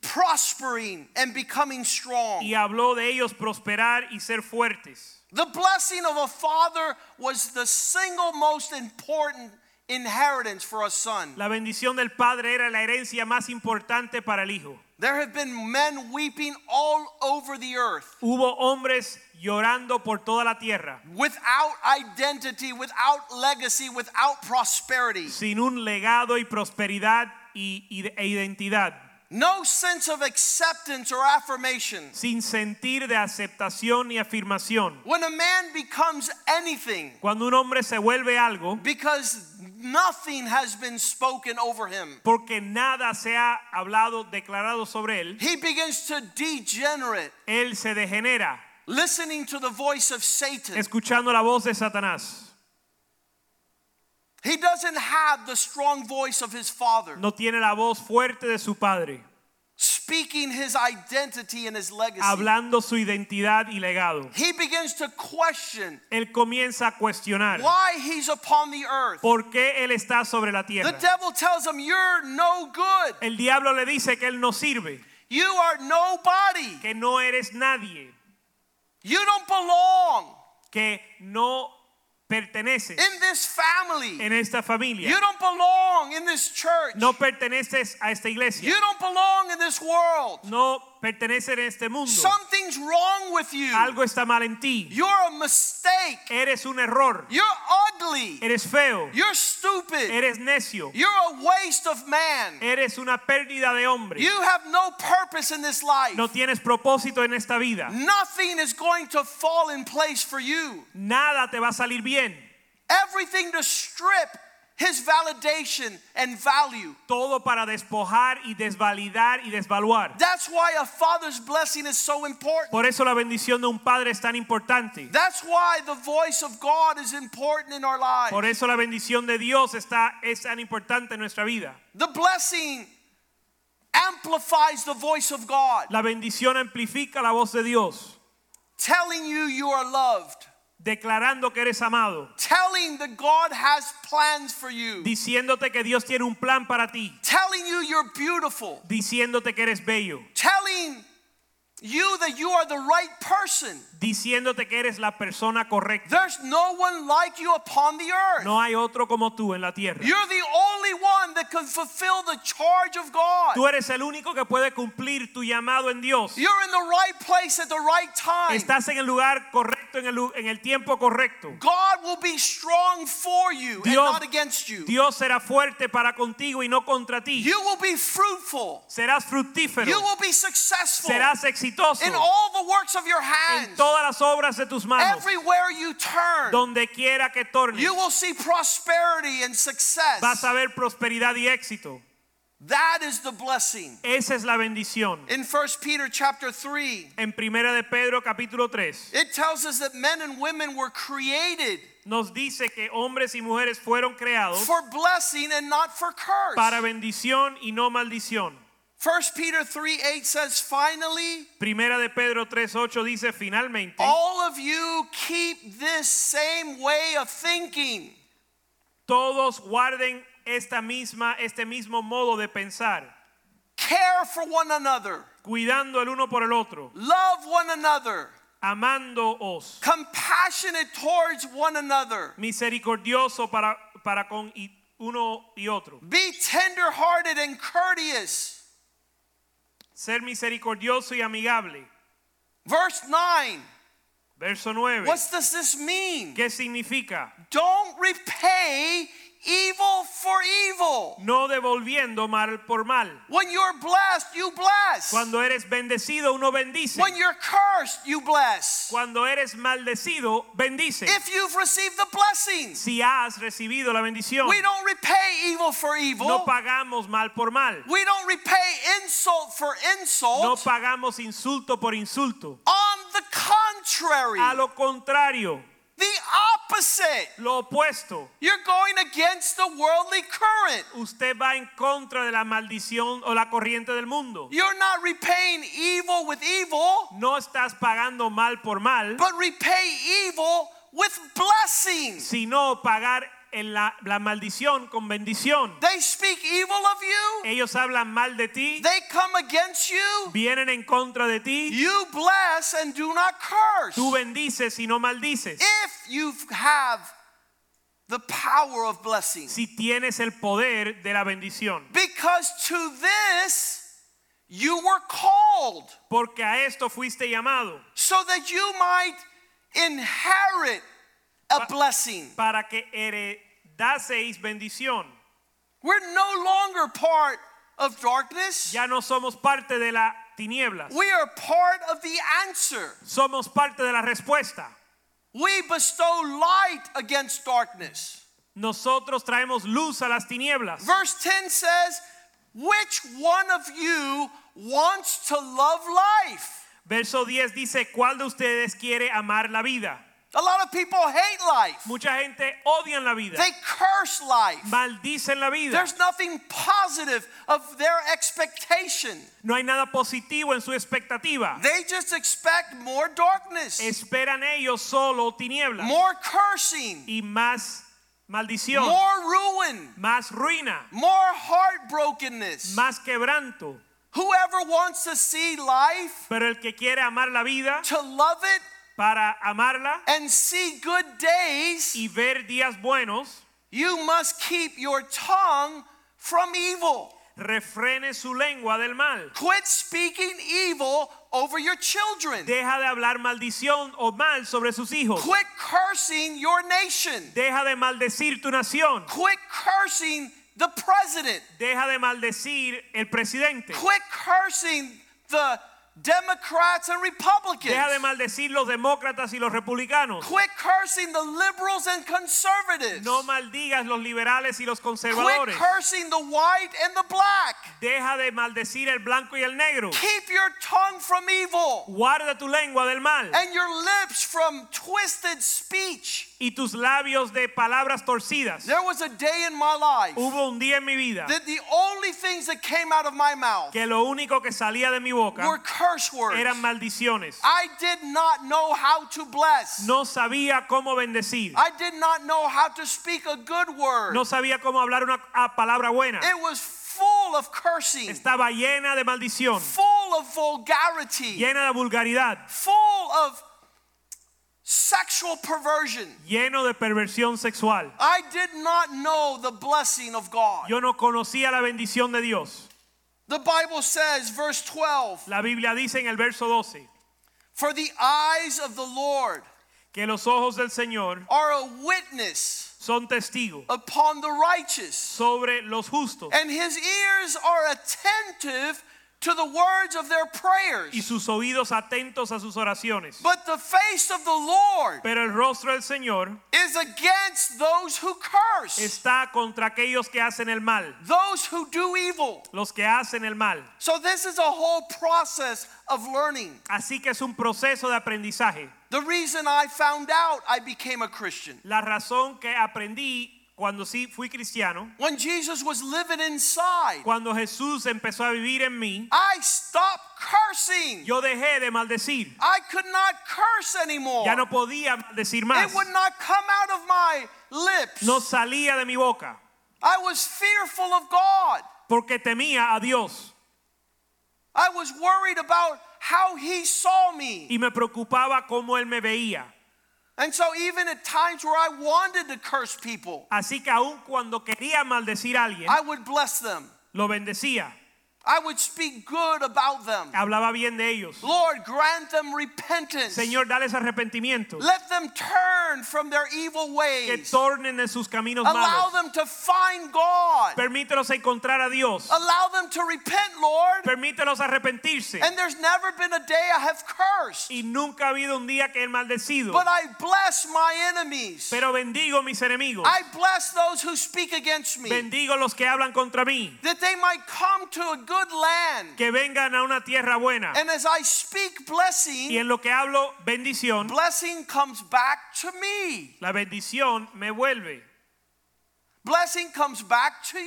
S1: prospering and becoming strong.
S2: Y habló de ellos prosperar y ser fuertes.
S1: The blessing of a father was the single most important inheritance for a son.
S2: La bendición del padre era la herencia más importante para el hijo.
S1: There have been men weeping all over the earth
S2: Hubo hombres llorando por toda la tierra,
S1: without identity, without legacy, without prosperity.
S2: sin un legado y prosperidad y, y- e identidad,
S1: No sense of acceptance or affirmation.
S2: sin sentir de aceptación ni afirmación.
S1: When a man becomes anything
S2: Cuando un hombre se vuelve algo,
S1: because nothing has been spoken over him,
S2: porque nada se ha hablado, declarado sobre él,
S1: he begins to degenerate,
S2: él se degenera,
S1: listening to the voice of Satan.
S2: escuchando la voz de Satanás.
S1: He doesn't have the strong voice of his father
S2: No tiene la voz fuerte de su padre,
S1: speaking his identity and his legacy.
S2: hablando su identidad y legado.
S1: He begins to question
S2: Él comienza a cuestionar.
S1: why he's upon the earth.
S2: ¿Por qué él está sobre la
S1: The
S2: tierra?
S1: devil tells him, You're no good.
S2: El diablo le dice que él no sirve,
S1: You are nobody.
S2: que no eres nadie,
S1: You don't belong
S2: que no perteneces
S1: in this family.
S2: en esta familia,
S1: Eh, You don't belong in this church.
S2: no perteneces a esta iglesia,
S1: You don't belong in this world.
S2: no perteneces en este mundo.
S1: Something's wrong with you.
S2: Algo está mal en ti.
S1: You're a mistake.
S2: Eres un error,
S1: You're ugly.
S2: eres feo,
S1: You're stupid.
S2: eres necio,
S1: You're a waste of man.
S2: eres una pérdida de hombre.
S1: You have no purpose in this life.
S2: No tienes propósito en esta vida.
S1: Nothing is going to fall in place for you.
S2: Nada te va a salir bien.
S1: Everything to strip his validation and value.
S2: Todo para despojar y desvalidar y desvaluar.
S1: That's why a father's blessing is so important.
S2: Por eso la bendición de un padre es tan importante.
S1: That's why the voice of God is important in our
S2: Por
S1: lives.
S2: eso la bendición de Dios está, es tan importante en nuestra vida.
S1: The blessing amplifies the voice of God,
S2: La bendición amplifica la voz de Dios,
S1: telling you you are loved,
S2: declarando que eres amado,
S1: telling that God has plans for you,
S2: diciéndote que Dios tiene un plan para ti,
S1: telling you you're beautiful,
S2: diciéndote que eres bello,
S1: telling you that you are the right person.
S2: diciéndote que eres la persona correcta.
S1: There's no one like you upon the earth.
S2: No hay otro como tú en la tierra.
S1: You're the only one that can fulfill the charge of God.
S2: Tú eres el único que puede cumplir tu llamado en Dios.
S1: You're in the right place at the right time.
S2: Estás en el lugar correcto, en el, lu- en el tiempo correcto.
S1: God will be strong for you and
S2: Dios-
S1: not against you.
S2: Dios será fuerte para contigo y no contra ti.
S1: You will be fruitful.
S2: Serás fructífero.
S1: You will be successful
S2: Serás exitoso
S1: in all the works of your
S2: en
S1: hands.
S2: todas las obras de tus manos.
S1: Everywhere you turn,
S2: Donde quiera que tornes,
S1: you will see prosperity and
S2: vas
S1: success.
S2: a ver prosperidad y éxito.
S1: That is the blessing.
S2: Esa es la bendición.
S1: In 1 Peter chapter 3,
S2: En Primera de Pedro capítulo 3
S1: it tells us that men and women were created
S2: nos dice que hombres y mujeres fueron creados
S1: for blessing and not for curse.
S2: para bendición y no maldición.
S1: 1 Peter 3 8 says, Finally,
S2: Primera de Pedro 3:8 dice finalmente
S1: all of you keep this same way of thinking,
S2: todos guarden esta misma este mismo modo de pensar,
S1: care for one another,
S2: cuidando el uno por el otro,
S1: love one another,
S2: amándoos,
S1: compassionate towards one another,
S2: misericordioso para para con y- uno y otro,
S1: be tender hearted and courteous.
S2: ser misericordioso y amigable.
S1: Verse 9,
S2: Verso 9.
S1: what does this mean?
S2: ¿Qué significa?
S1: Don't repay evil for evil.
S2: No devolviendo mal por mal.
S1: When you're blessed, you bless.
S2: Cuando eres bendecido, uno bendice.
S1: When you're cursed, you bless.
S2: Cuando eres maldecido, bendice.
S1: If you've received the blessings,
S2: Si has recibido la bendición,
S1: we don't repay evil for evil.
S2: no pagamos mal por mal.
S1: we don't repay insult for
S2: No
S1: insult.
S2: pagamos insulto por insulto.
S1: On the contrary,
S2: A lo contrario,
S1: the opposite.
S2: lo opuesto.
S1: You're going against the worldly current.
S2: Usted va en contra de la maldición o la corriente del mundo.
S1: You're not repaying evil with evil,
S2: No estás pagando mal por mal,
S1: but repay evil with blessings.
S2: sino pagar en la, la maldición con bendición.
S1: They speak evil of you.
S2: Ellos hablan mal de ti,
S1: They come against you.
S2: vienen en contra de ti.
S1: You bless and do not curse.
S2: Tú bendices y no maldices.
S1: if you have the power of blessing.
S2: Si tienes el poder de la bendición.
S1: Because to this you were called,
S2: Porque a esto fuiste llamado.
S1: so that you might inherit a blessing.
S2: Para que heredaseis bendición.
S1: We're no longer part of darkness,
S2: Ya no somos parte de la tinieblas.
S1: we are part of the answer.
S2: Somos parte de la respuesta.
S1: We bestow light against darkness.
S2: Nosotros traemos luz a las tinieblas.
S1: Verse 10 says, Which one of you wants to love life?
S2: Verso 10 dice, ¿cuál de ustedes quiere amar la vida?
S1: A lot of people hate life.
S2: Mucha gente odia la vida.
S1: They curse life.
S2: Maldicen la vida.
S1: There's nothing positive of their expectation.
S2: No hay nada positivo en su expectativa.
S1: They just expect more darkness,
S2: Esperan ellos solo tinieblas
S1: more cursing,
S2: y más maldición,
S1: more ruin,
S2: más ruina,
S1: more heartbrokenness.
S2: más quebranto.
S1: Whoever wants to see life,
S2: Pero el que quiere amar la vida
S1: to love it,
S2: para amarla
S1: and see good days,
S2: y ver días buenos,
S1: you must keep your tongue from evil.
S2: refrene su lengua del mal.
S1: Quit speaking evil over your children.
S2: Deja de hablar maldición o mal sobre sus hijos.
S1: Quit cursing your nation.
S2: Deja de maldecir tu nación.
S1: Quit cursing the president.
S2: Deja de maldecir el presidente.
S1: Quit cursing the Democrats and Republicans.
S2: Deja de maldecir los demócratas y los republicanos.
S1: Quit cursing the liberals and conservatives.
S2: No maldigas los liberales y los
S1: Quit
S2: conservadores.
S1: cursing the white and the black.
S2: Deja de maldecir el blanco y el negro.
S1: Keep your tongue from evil
S2: Guarda tu lengua del mal
S1: and your lips from twisted speech.
S2: y tus labios de palabras torcidas.
S1: There was a day in my life
S2: Hubo un día en mi vida
S1: that the only things that came out of my mouth
S2: que lo único que salía de mi
S1: were
S2: boca
S1: curse words.
S2: eran maldiciones.
S1: I did not know how to bless.
S2: No sabía cómo bendecir.
S1: I did not know how to speak a good word.
S2: No sabía cómo hablar una a palabra buena.
S1: It was full of cursing,
S2: Estaba llena de maldición,
S1: full of vulgarity,
S2: llena de vulgaridad,
S1: full of sexual perversion.
S2: lleno de perversión sexual.
S1: I did not know the blessing of God.
S2: Yo no conocía la bendición de Dios.
S1: The Bible says, verse 12,
S2: La Biblia dice en el verso 12
S1: for the eyes of the Lord
S2: que los ojos del Señor
S1: are a witness
S2: son testigos
S1: upon the righteous,
S2: sobre los justos
S1: and his ears are attentive to the words of their
S2: y
S1: prayers.
S2: sus oídos atentos a sus oraciones.
S1: But the face of the Lord
S2: Pero el rostro del Señor
S1: is against those who curse,
S2: está contra aquellos que hacen el mal,
S1: those who do evil.
S2: los que hacen el mal.
S1: So, this is a whole process of learning.
S2: Así que es un proceso de aprendizaje.
S1: The reason I found out I became a Christian.
S2: La razón que aprendí cuando sí fui cristiano,
S1: When Jesus was living inside,
S2: cuando Jesús empezó a vivir en mí,
S1: I stopped cursing.
S2: yo dejé de maldecir.
S1: I could not curse anymore.
S2: Ya no podía maldecir más.
S1: It would not come out of my lips.
S2: No salía de mi boca
S1: I was fearful of God.
S2: porque temía a Dios
S1: I was worried about how He saw me.
S2: y me preocupaba cómo Él me veía.
S1: And so, even at times where I wanted to curse people,
S2: Así que aun cuando quería maldecir a alguien,
S1: I would bless them.
S2: lo bendecía,
S1: I would speak good about them.
S2: hablaba bien de ellos.
S1: Lord, grant them repentance.
S2: Señor, dales arrepentimiento,
S1: Let them turn from their evil
S2: que
S1: ways.
S2: tornen de sus caminos
S1: Allow
S2: malos.
S1: them to find God.
S2: Permítelos encontrar a Dios.
S1: Allow them to repent, Lord.
S2: Permítelos arrepentirse.
S1: And there's never been a day I have cursed,
S2: Y nunca ha habido un día que he maldecido.
S1: but I bless my enemies.
S2: Pero bendigo mis enemigos.
S1: I bless those who speak against me,
S2: Bendigo los que hablan contra mí.
S1: that they might come to a good land.
S2: Que vengan a una tierra buena.
S1: And as I speak
S2: Y
S1: blessing,
S2: en lo que hablo, bendición.
S1: blessing comes back to me.
S2: La bendición me vuelve.
S1: Blessing comes back to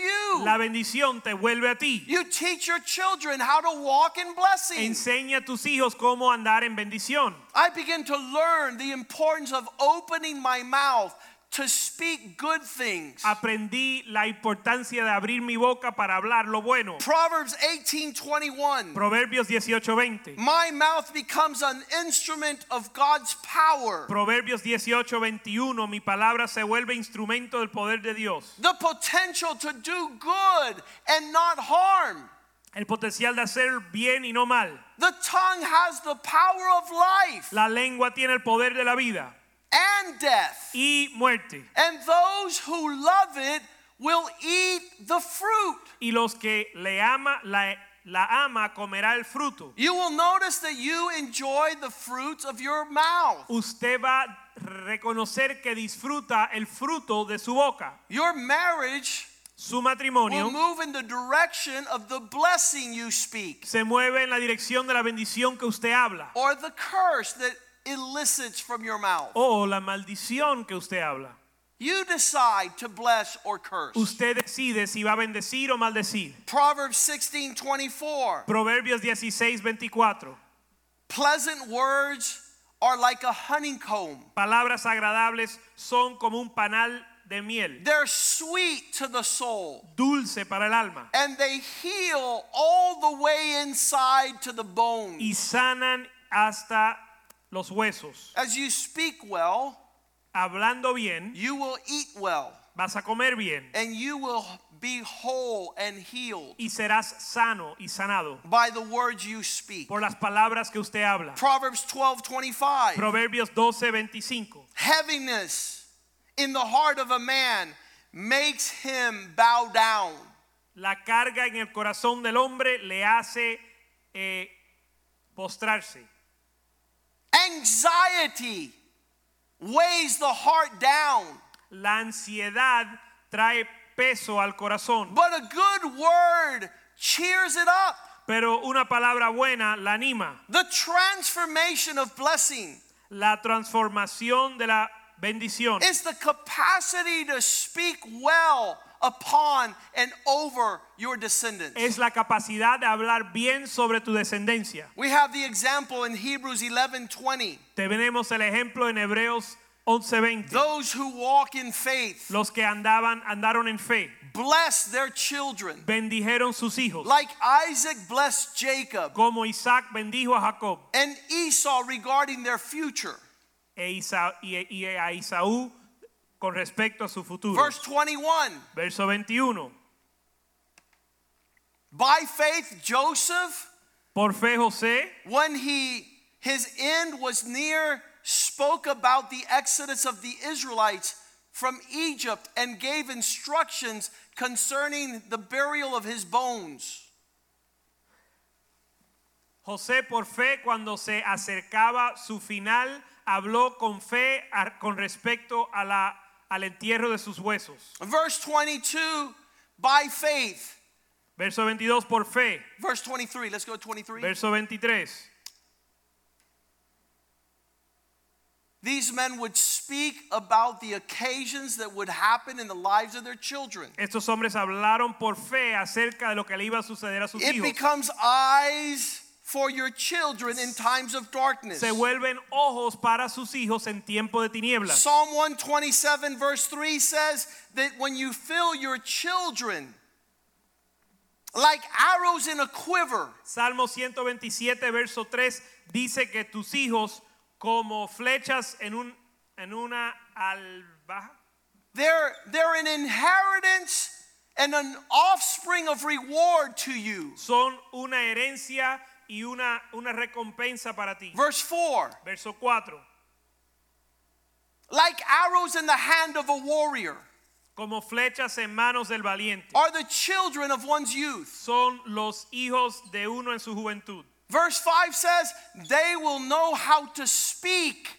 S2: La
S1: you.
S2: bendición te vuelve a ti.
S1: You teach your children how to walk in blessing.
S2: Enseña a tus hijos cómo andar en bendición.
S1: I begin to learn the importance of opening my mouth to speak good things.
S2: Aprendí la importancia de abrir mi boca para hablar lo bueno.
S1: Proverbs 18:21
S2: Proverbios 18:20.
S1: My mouth becomes an instrument of God's power.
S2: Proverbios 18:21. Mi palabra se vuelve instrumento del poder de Dios.
S1: The potential to do good and not harm.
S2: El potencial de hacer bien y no mal.
S1: The tongue has the power of life
S2: La lengua tiene el poder de la vida
S1: and death.
S2: y muerte.
S1: And those who love it will eat the fruit.
S2: Y los que le ama, la, la ama comerá el fruto.
S1: You will notice that you enjoy the fruits of your mouth.
S2: Usted va a reconocer que disfruta el fruto de su boca.
S1: Your marriage
S2: Su
S1: will
S2: matrimonio
S1: move in the direction of the blessing you speak
S2: se mueve en la dirección de la bendición que usted habla
S1: or the curse that elicits from your mouth.
S2: o la maldición que usted habla.
S1: You decide to bless or curse.
S2: Usted decide si va a bendecir o maldecir.
S1: Proverbs 16 24.
S2: Proverbios 16, 24.
S1: Pleasant words are like a honeycomb,
S2: Palabras agradables son como un panal de miel,
S1: they're sweet to the soul,
S2: dulce para el alma.
S1: and they heal all the way inside to the bone.
S2: y sanan hasta los huesos.
S1: As you speak well,
S2: Hablando bien,
S1: you will eat well,
S2: vas a comer bien
S1: and you will be whole and healed.
S2: y serás sano y sanado
S1: by the words you speak.
S2: por las palabras que usted habla.
S1: Proverbs 12 25.
S2: Proverbios 12, 25.
S1: Heaviness in the heart of a man makes him bow down.
S2: La carga en el corazón del hombre le hace eh, postrarse.
S1: Anxiety weighs the heart down,
S2: La ansiedad trae peso al corazón,
S1: but a good word cheers it up.
S2: pero una palabra buena la anima.
S1: The transformation of blessing
S2: La transformación de la bendición
S1: is the capacity to speak well upon and over your descendants.
S2: es la capacidad de hablar bien sobre tu descendencia.
S1: We have the example in Hebrews 11:20.
S2: Tenemos el ejemplo en Hebreos 11:20.
S1: Those who walk in faith
S2: Los que andaban andaron en fe,
S1: bless their children,
S2: bendijeron sus hijos,
S1: like Isaac blessed Jacob
S2: como Isaac bendijo a Jacob
S1: and Esau regarding their future.
S2: e Isa- y, y a Isaú con respecto a su futuro.
S1: Verse 21.
S2: Verso 21.
S1: By faith Joseph
S2: Por fe José,
S1: when he his end was near spoke about the exodus of the israelites from egypt and gave instructions concerning the burial of his bones
S2: José por fe cuando se acercaba su final habló con fe a- con respecto a la- al entierro de sus huesos.
S1: verse 22 by faith
S2: Verso 22 por fe.
S1: verse 23 let's go to 23
S2: Verso 23.
S1: these men would speak about the occasions that would happen in the lives of their children
S2: Estos hombres hablaron por fe acerca de lo que le iba a suceder a sus
S1: it
S2: hijos.
S1: becomes eyes for your children in times of darkness
S2: Se vuelven ojos para sus hijos en tiempo de tinieblas.
S1: Psalm 127, verse 3 says that when you fill your children like arrows in a quiver,
S2: Salmo 127, verso 3 dice que tus hijos como flechas en, un, en una albahaca.
S1: they're, they're an inheritance and an offspring of reward to you.
S2: son una herencia y una, una recompensa para ti.
S1: Verse 4
S2: Verso 4.
S1: like arrows in the hand of a warrior
S2: Como flechas en manos del valiente
S1: are the children of one's youth.
S2: son los hijos de uno en su juventud.
S1: Verse 5 says they will know how to speak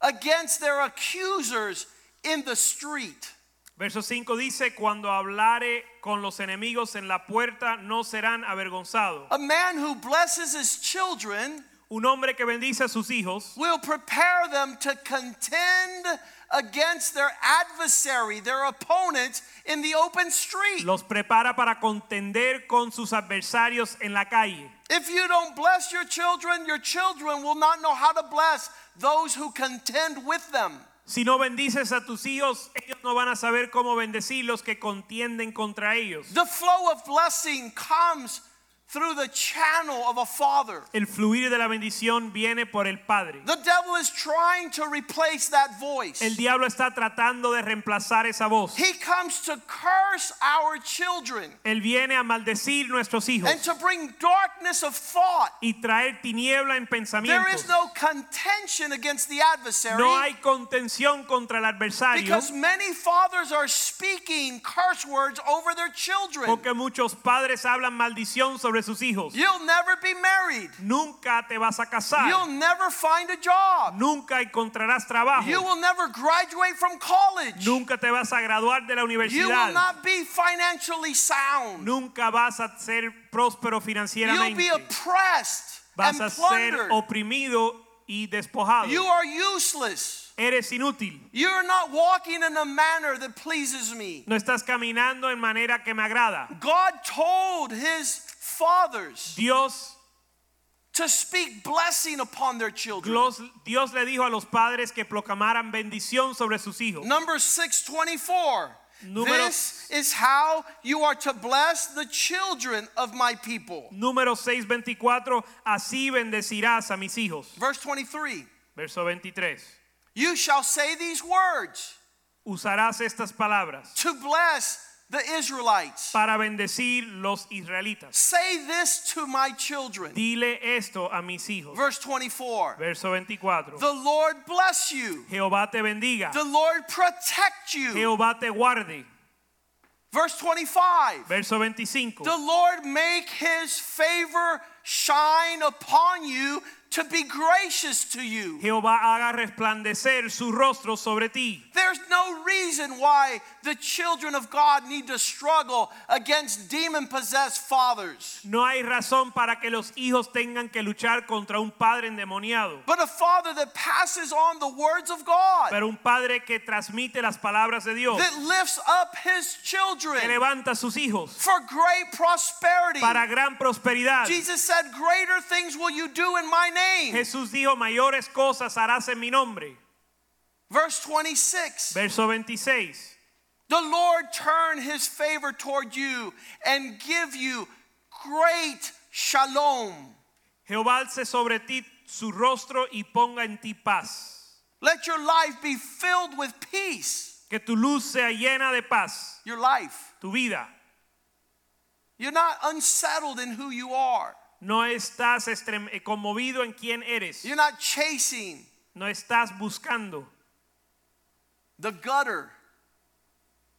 S1: against their accusers in the street.
S2: Verso 5 dice, cuando hablare con los enemigos en la puerta no serán avergonzados.
S1: A man who blesses his children
S2: Un hombre que bendice a sus hijos
S1: will prepare them to contend against their adversary, their opponent in the open street.
S2: los prepara para contender con sus adversarios en la calle.
S1: If you don't bless your children, your children will not know how to bless those who contend with them.
S2: Si no bendices a tus hijos, ellos no van a saber cómo bendecir los que contienden contra ellos.
S1: The flow of blessing comes through the channel of a father.
S2: El fluir de la bendición viene por el Padre.
S1: The devil is trying to replace that voice.
S2: El diablo está tratando de reemplazar esa voz.
S1: He comes to curse our children
S2: Él viene a maldecir nuestros hijos
S1: and to bring darkness of thought
S2: y traer tiniebla en
S1: There is
S2: pensamientos.
S1: no contention against the adversary
S2: No hay contención contra el adversario
S1: because many fathers are speaking curse words over their children.
S2: porque muchos padres hablan maldición sobre sus hijos.
S1: You'll never be married.
S2: Nunca te vas a
S1: You'll
S2: casar.
S1: never find a job.
S2: Nunca encontrarás
S1: You
S2: trabajo.
S1: will never graduate from college.
S2: Nunca te vas a graduar de la
S1: You will
S2: universidad.
S1: not be financially sound.
S2: Nunca vas a ser próspero
S1: You'll be
S2: financieramente.
S1: oppressed and
S2: Vas a ser
S1: plundered.
S2: oprimido y despojado.
S1: You are useless.
S2: Eres inútil.
S1: You're not walking in a manner that pleases me.
S2: No estás caminando en manera que me agrada.
S1: God told his fathers
S2: Dios,
S1: to speak blessing upon their children.
S2: Dios, Dios le dijo a los padres que proclamaran bendición sobre sus hijos.
S1: Number 624.
S2: Número-
S1: This is how you are to bless the children of my people.
S2: Número 6:24, así bendecirás a mis hijos.
S1: Verse 23.
S2: Verso 23.
S1: You shall say these words
S2: Usarás estas palabras
S1: to bless the Israelites.
S2: para bendecir los israelitas.
S1: Say this to my children.
S2: Dile esto a mis hijos.
S1: Verse 24.
S2: Verso 24.
S1: The Lord bless you.
S2: Jehová te bendiga.
S1: The Lord protect you.
S2: Jehová te guarde.
S1: Verse 25.
S2: Verso 25.
S1: The Lord make his favor shine upon you to be gracious to you.
S2: Jehová haga resplandecer su rostro sobre ti.
S1: There's no reason why the children of God need to struggle against demon possessed fathers.
S2: No hay razón para que los hijos tengan que luchar contra un padre endemoniado,
S1: But a father that passes on the words of God,
S2: pero un padre que transmite las palabras de Dios,
S1: that lifts up his
S2: que
S1: children
S2: levanta a sus hijos
S1: for great prosperity.
S2: para gran prosperidad.
S1: Jesus said, Greater things will you do in my name.
S2: Jesús dijo, mayores cosas harás en mi nombre.
S1: Verse 26.
S2: Verso 26.
S1: The Lord turn his favor toward you and give you great shalom.
S2: Jehová alce sobre ti su rostro y ponga en ti paz.
S1: Let your life be filled with peace.
S2: Que tu luz sea llena de paz,
S1: Your life.
S2: tu vida.
S1: You're not unsettled in who you are.
S2: No estás estrem- eh, conmovido en quién eres.
S1: You're not chasing
S2: No estás buscando
S1: the gutter,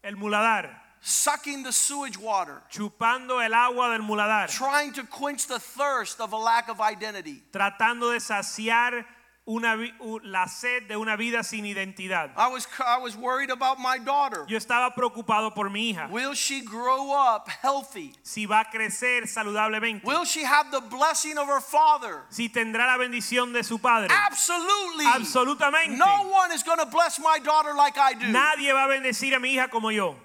S2: el muladar,
S1: sucking the sewage water,
S2: chupando el agua del muladar,
S1: trying to quench the thirst of a lack of identity.
S2: tratando de saciar una vi- u- la sed de una vida sin identidad.
S1: I was, I was worried about my daughter.
S2: Yo estaba preocupado por mi hija.
S1: Will she grow up healthy?
S2: Si va a crecer saludablemente.
S1: Will she have the blessing of her father?
S2: Si tendrá la bendición de su padre.
S1: Absolutely.
S2: Absolutamente.
S1: No one is going to bless my daughter like I do.
S2: Nadie va a bendecir a mi hija como yo.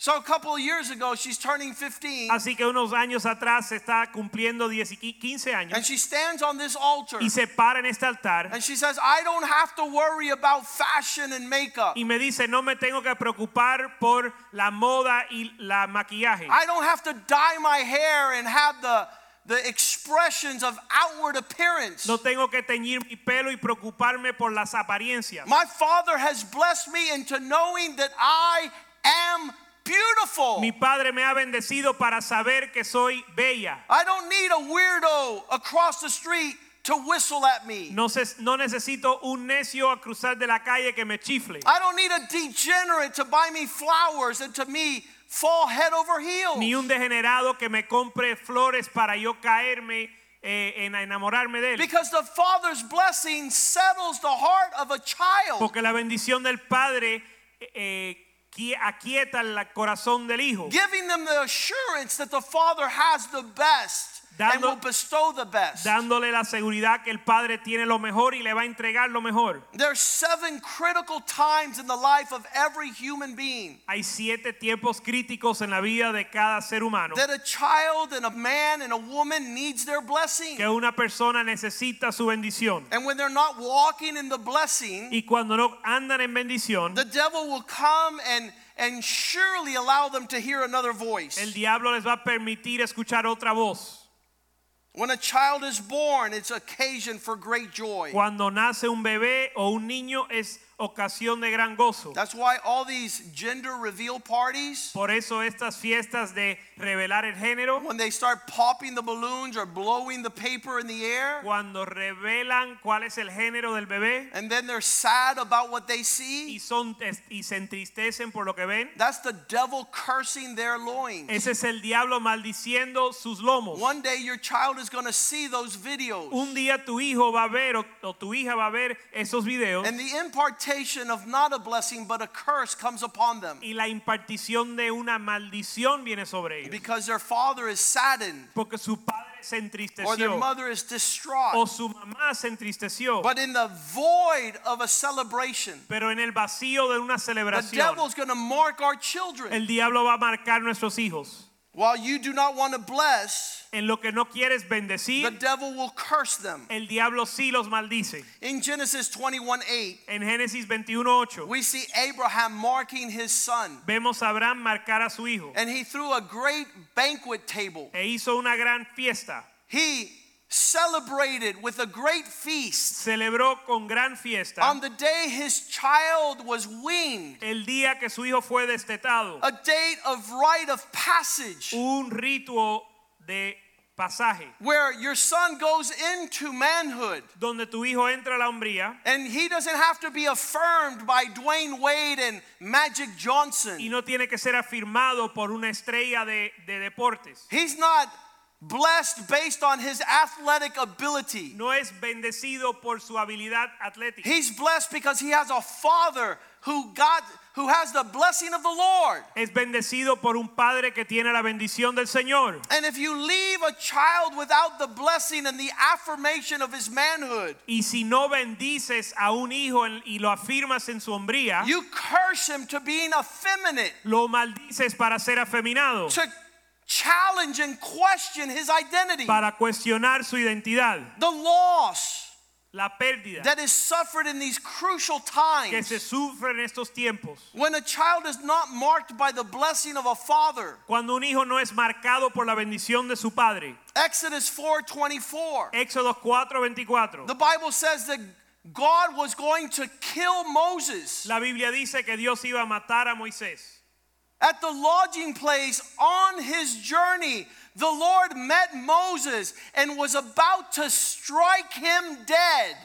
S1: So a couple of years ago, she's turning 15,
S2: Así que unos años atrás se está cumpliendo 10 y 15
S1: and
S2: años
S1: she stands on this altar,
S2: y se para en este altar
S1: and she says, "I don't have to worry about fashion and makeup.
S2: y me dice, no me tengo que preocupar por la moda y la maquillaje.
S1: I don't have to dye my hair and have the the expressions of outward appearance."
S2: No tengo que teñir mi pelo y preocuparme por las apariencias.
S1: My father has blessed me into knowing that I am beautiful.
S2: Mi padre me ha bendecido para saber que soy bella.
S1: I don't need a weirdo across the street to whistle at me.
S2: No, se- no necesito un necio a cruzar de la calle que me chifle.
S1: I don't need a degenerate to buy me flowers and to me fall head over
S2: Ni
S1: heels.
S2: un degenerado que me compre flores para yo caerme eh, en enamorarme de él.
S1: Because the Father's blessing settles the heart of a child,
S2: Porque la bendición del Padre eh, qui- aquieta el corazón del Hijo,
S1: giving them the assurance that the Father has the best and
S2: Dando-
S1: will bestow the best.
S2: dándole la seguridad que el Padre tiene lo mejor y le va a entregar lo mejor.
S1: There's seven critical times in the life of every human being
S2: Hay siete tiempos críticos en la vida de cada ser humano
S1: that a child and a man and a woman needs their blessing.
S2: que una persona necesita su bendición.
S1: And when they're not walking in the blessing,
S2: Y cuando no andan en bendición,
S1: the devil will come and and surely allow them to hear another
S2: el
S1: voice.
S2: diablo les va a permitir escuchar otra voz.
S1: When a child is born, it's occasion for great joy.
S2: Cuando nace un bebé o un niño es ocasión de gran gozo.
S1: That's why all these gender reveal parties,
S2: Por eso estas fiestas de revelar el género,
S1: when they start popping the balloons or blowing the paper in the air,
S2: cuando revelan cuál es el género del bebé
S1: and then they're sad about what they
S2: y
S1: see,
S2: son y se entristecen por lo que ven,
S1: that's the devil cursing their loins.
S2: ese es el diablo maldiciendo sus lomos.
S1: One day your child is going to see those
S2: Un
S1: videos.
S2: día tu hijo va a ver o, o tu hija va a ver esos videos
S1: And the impartation of not a blessing but a curse comes upon them
S2: y la impartición de una maldición viene sobre ellos,
S1: because their father is saddened.
S2: porque su padre se
S1: or their
S2: entristeció
S1: mother is distraught.
S2: o su mamá se entristeció.
S1: but in the void of a celebration,
S2: Pero en el vacío de una
S1: the
S2: celebración,
S1: devil's going to mark our children.
S2: el diablo va a marcar nuestros hijos.
S1: While you do not want to bless,
S2: En lo que no quieres
S1: the
S2: bendecir,
S1: devil will curse them.
S2: el diablo sí los maldice.
S1: In Genesis 21 8,
S2: En Génesis 21:8
S1: we see Abraham marking his son,
S2: vemos a Abraham marcar a su hijo
S1: and he threw a great banquet table.
S2: e hizo una gran fiesta.
S1: He celebrated with a great feast.
S2: Celebró con gran fiesta
S1: On the day his child was weaned,
S2: el día que su hijo fue destetado,
S1: a date of rite of passage.
S2: un ritual de pasaje
S1: where your son goes into manhood.
S2: donde tu hijo entra a la hombría
S1: And he doesn't have to be affirmed by Dwayne Wade and Magic
S2: y
S1: Johnson.
S2: no tiene que ser afirmado por una estrella de, de deportes.
S1: He's not blessed based on his athletic ability.
S2: No es bendecido por su habilidad atlética.
S1: He's blessed because he has a father who God who has the blessing of the Lord.
S2: Es bendecido por un padre que tiene la bendición del Señor.
S1: And if you leave a child without the blessing and the affirmation of his manhood,
S2: Y si no bendices a un hijo en- y lo afirmas en su hombría,
S1: you curse him to being effeminate,
S2: lo maldices para ser afeminado,
S1: to challenge and question his identity.
S2: para cuestionar su identidad,
S1: The loss
S2: la pérdida
S1: that is suffered in these crucial
S2: que se
S1: times
S2: sufre en estos tiempos.
S1: when a child is not marked by the blessing of a father.
S2: Cuando un hijo no es marcado por la bendición de su padre.
S1: Exodus 4:24.
S2: Éxodo 4:24.
S1: The Bible says that God was going to kill Moses
S2: La Biblia dice que Dios iba a matar a Moisés.
S1: at the lodging place on his journey. The Lord met Moses and was about to strike him dead.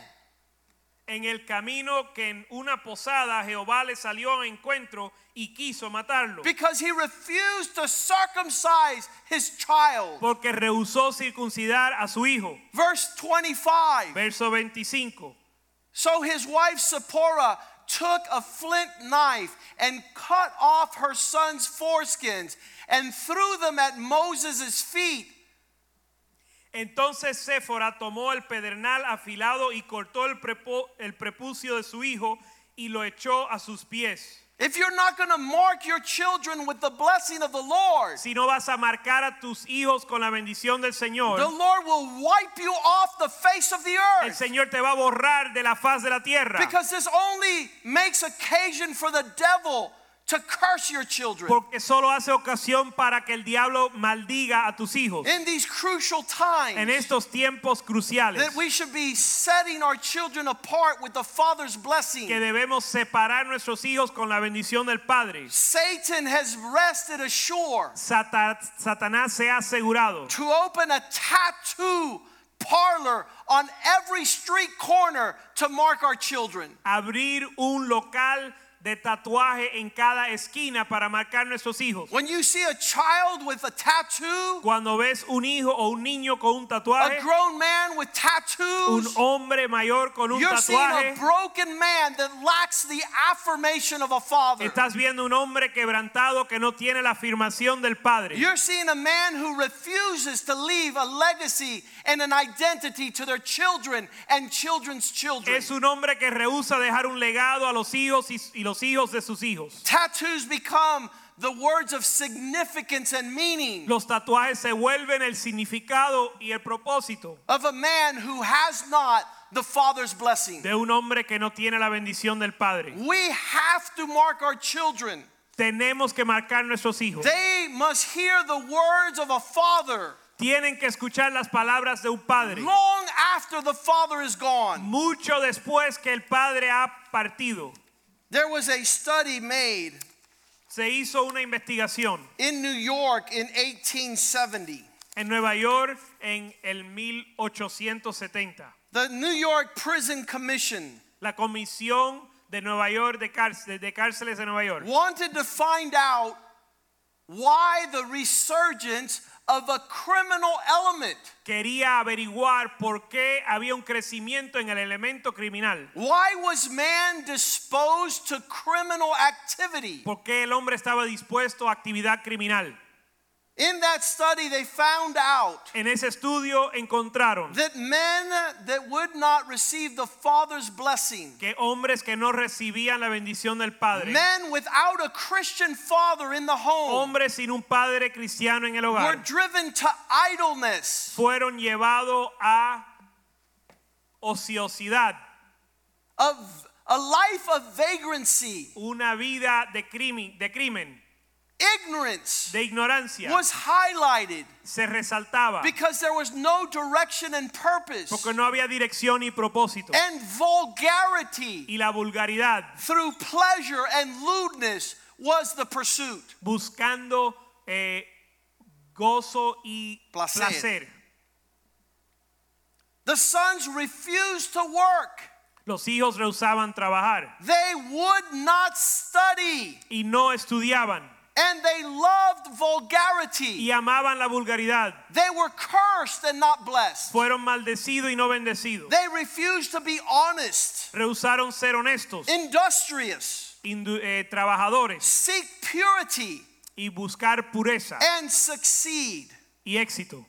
S2: En el camino que en una posada Jehová le salió a encuentro y quiso matarlo.
S1: Because he refused to circumcise his child.
S2: Porque rehusó circuncidar a su hijo.
S1: Verse 25.
S2: Verso 25.
S1: So his wife Zipporah took a flint knife and cut off her son's foreskins and threw them at Moses' feet.
S2: Entonces Séfora tomó el pedernal afilado y cortó el, prepo- el prepucio de su hijo y lo echó a sus pies.
S1: If you're not going to mark your children with the blessing of the Lord,
S2: Si no vas a marcar a tus hijos con la bendición del
S1: the
S2: Señor,
S1: Lord will wipe you off the face of the
S2: el
S1: earth.
S2: Señor te va a borrar de la faz de la tierra.
S1: Because this only makes occasion for the devil to curse your children.
S2: Porque solo hace ocasión para que el diablo maldiga a tus hijos.
S1: In these crucial
S2: En
S1: times,
S2: estos tiempos cruciales
S1: that we should be setting our children apart with the Father's blessing.
S2: que debemos separar nuestros hijos con la bendición del Padre.
S1: Satan has rested ashore
S2: Sata- Satanás se ha asegurado
S1: to open a tattoo parlor on every street corner to mark our children.
S2: abrir un local de tatuaje en cada esquina para marcar nuestros hijos.
S1: When you see a child with a tattoo,
S2: Cuando ves un hijo o un niño con un
S1: a
S2: tatuaje,
S1: grown man with
S2: un
S1: tattoos,
S2: hombre mayor con un
S1: you're seeing a
S2: tatuaje,
S1: broken man that lacks the affirmation of a father.
S2: estás viendo un hombre quebrantado que no tiene la afirmación del Padre.
S1: You're seeing a man who refuses to leave a legacy and an identity to their children and children's children.
S2: Es un hombre que rehúsa dejar un legado a los hijos y, y los hijos de sus hijos.
S1: Tattoos become the words of significance and meaning
S2: Los tatuajes se vuelven el significado y el propósito
S1: of a man who has not the Father's blessing.
S2: de un hombre que no tiene la bendición del Padre.
S1: We have to mark our children.
S2: Tenemos que marcar nuestros hijos.
S1: They must hear the words of a father
S2: Tienen que escuchar las palabras de un padre.
S1: long after the father is gone.
S2: Mucho después que el padre ha partido,
S1: There was a study made
S2: se hizo una investigación
S1: in New York in 1870.
S2: en Nueva York en el 1870.
S1: The New York Prison Commission
S2: La comisión de Nueva York de, cárcel- de cárceles de Nueva York
S1: wanted to find out why the resurgence of a criminal element,
S2: quería averiguar por qué había un crecimiento en el elemento criminal,
S1: why was man disposed to criminal activity?
S2: por qué el hombre estaba dispuesto a actividad criminal.
S1: In that study, they found out
S2: En ese estudio encontraron
S1: that men that would not receive the Father's blessing,
S2: que hombres que no recibían la bendición del padre
S1: men without a Christian father in the home,
S2: hombres sin un padre cristiano en el
S1: were
S2: hogar
S1: driven to idleness,
S2: fueron llevados a ociosidad,
S1: of a life of vagrancy,
S2: una vida de crimen, de crimen,
S1: ignorance.
S2: de ignorancia.
S1: Was highlighted
S2: Se resaltaba
S1: because there was no direction and purpose,
S2: porque no había dirección y propósito.
S1: and vulgarity
S2: Y la vulgaridad,
S1: through pleasure and lewdness was the pursuit.
S2: buscando eh, gozo y
S1: Placer.
S2: placer.
S1: The sons refused to work.
S2: Los hijos rehusaban trabajar
S1: They would not study.
S2: y no estudiaban
S1: And they loved
S2: y
S1: vulgarity.
S2: amaban la vulgaridad.
S1: They were cursed and not blessed.
S2: Fueron maldecidos y no bendecidos.
S1: They refused to be honest,
S2: Rehusaron ser honestos,
S1: industrious,
S2: indu- eh, trabajadores
S1: seek purity,
S2: y buscar pureza
S1: and succeed.
S2: y éxito.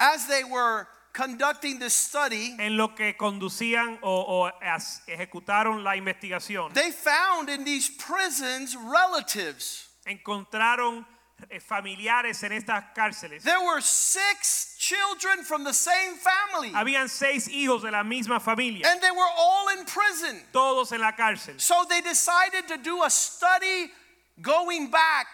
S1: As they were conducting this study,
S2: En lo que conducían o, o as- ejecutaron la investigación,
S1: they found in these prisons relatives.
S2: encontraron eh, familiares en estas cárceles.
S1: There were six children from the same family,
S2: Habían seis hijos de la misma familia,
S1: and they were all in prison.
S2: todos en la cárcel.
S1: So they decided to do a study going back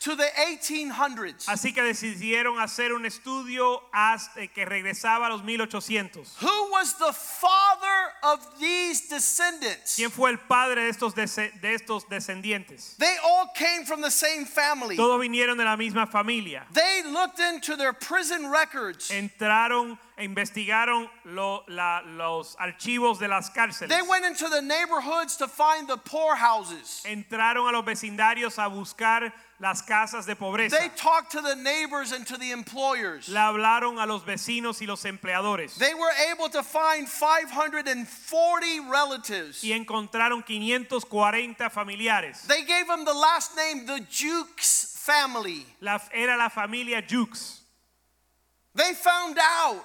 S1: to the 1800s.
S2: Así que decidieron hacer un estudio hasta que regresaba a los 1800.
S1: Who was the father of these descendants?
S2: ¿Quién fue el padre de estos, dese- de estos descendientes?
S1: They all came from the same family.
S2: Todos vinieron de la misma familia.
S1: They looked into their prison records.
S2: Entraron e investigaron lo- la- los archivos de las cárceles.
S1: They went into the neighborhoods to find the poorhouses.
S2: Entraron a los vecindarios a buscar las casas de pobreza.
S1: They talked to the neighbors and to the employers.
S2: Le hablaron a los vecinos y los empleadores.
S1: They were able to find 540 relatives.
S2: Y encontraron 540 familiares.
S1: They gave them the last name, the Jukes family.
S2: La- era la familia Jukes.
S1: They found out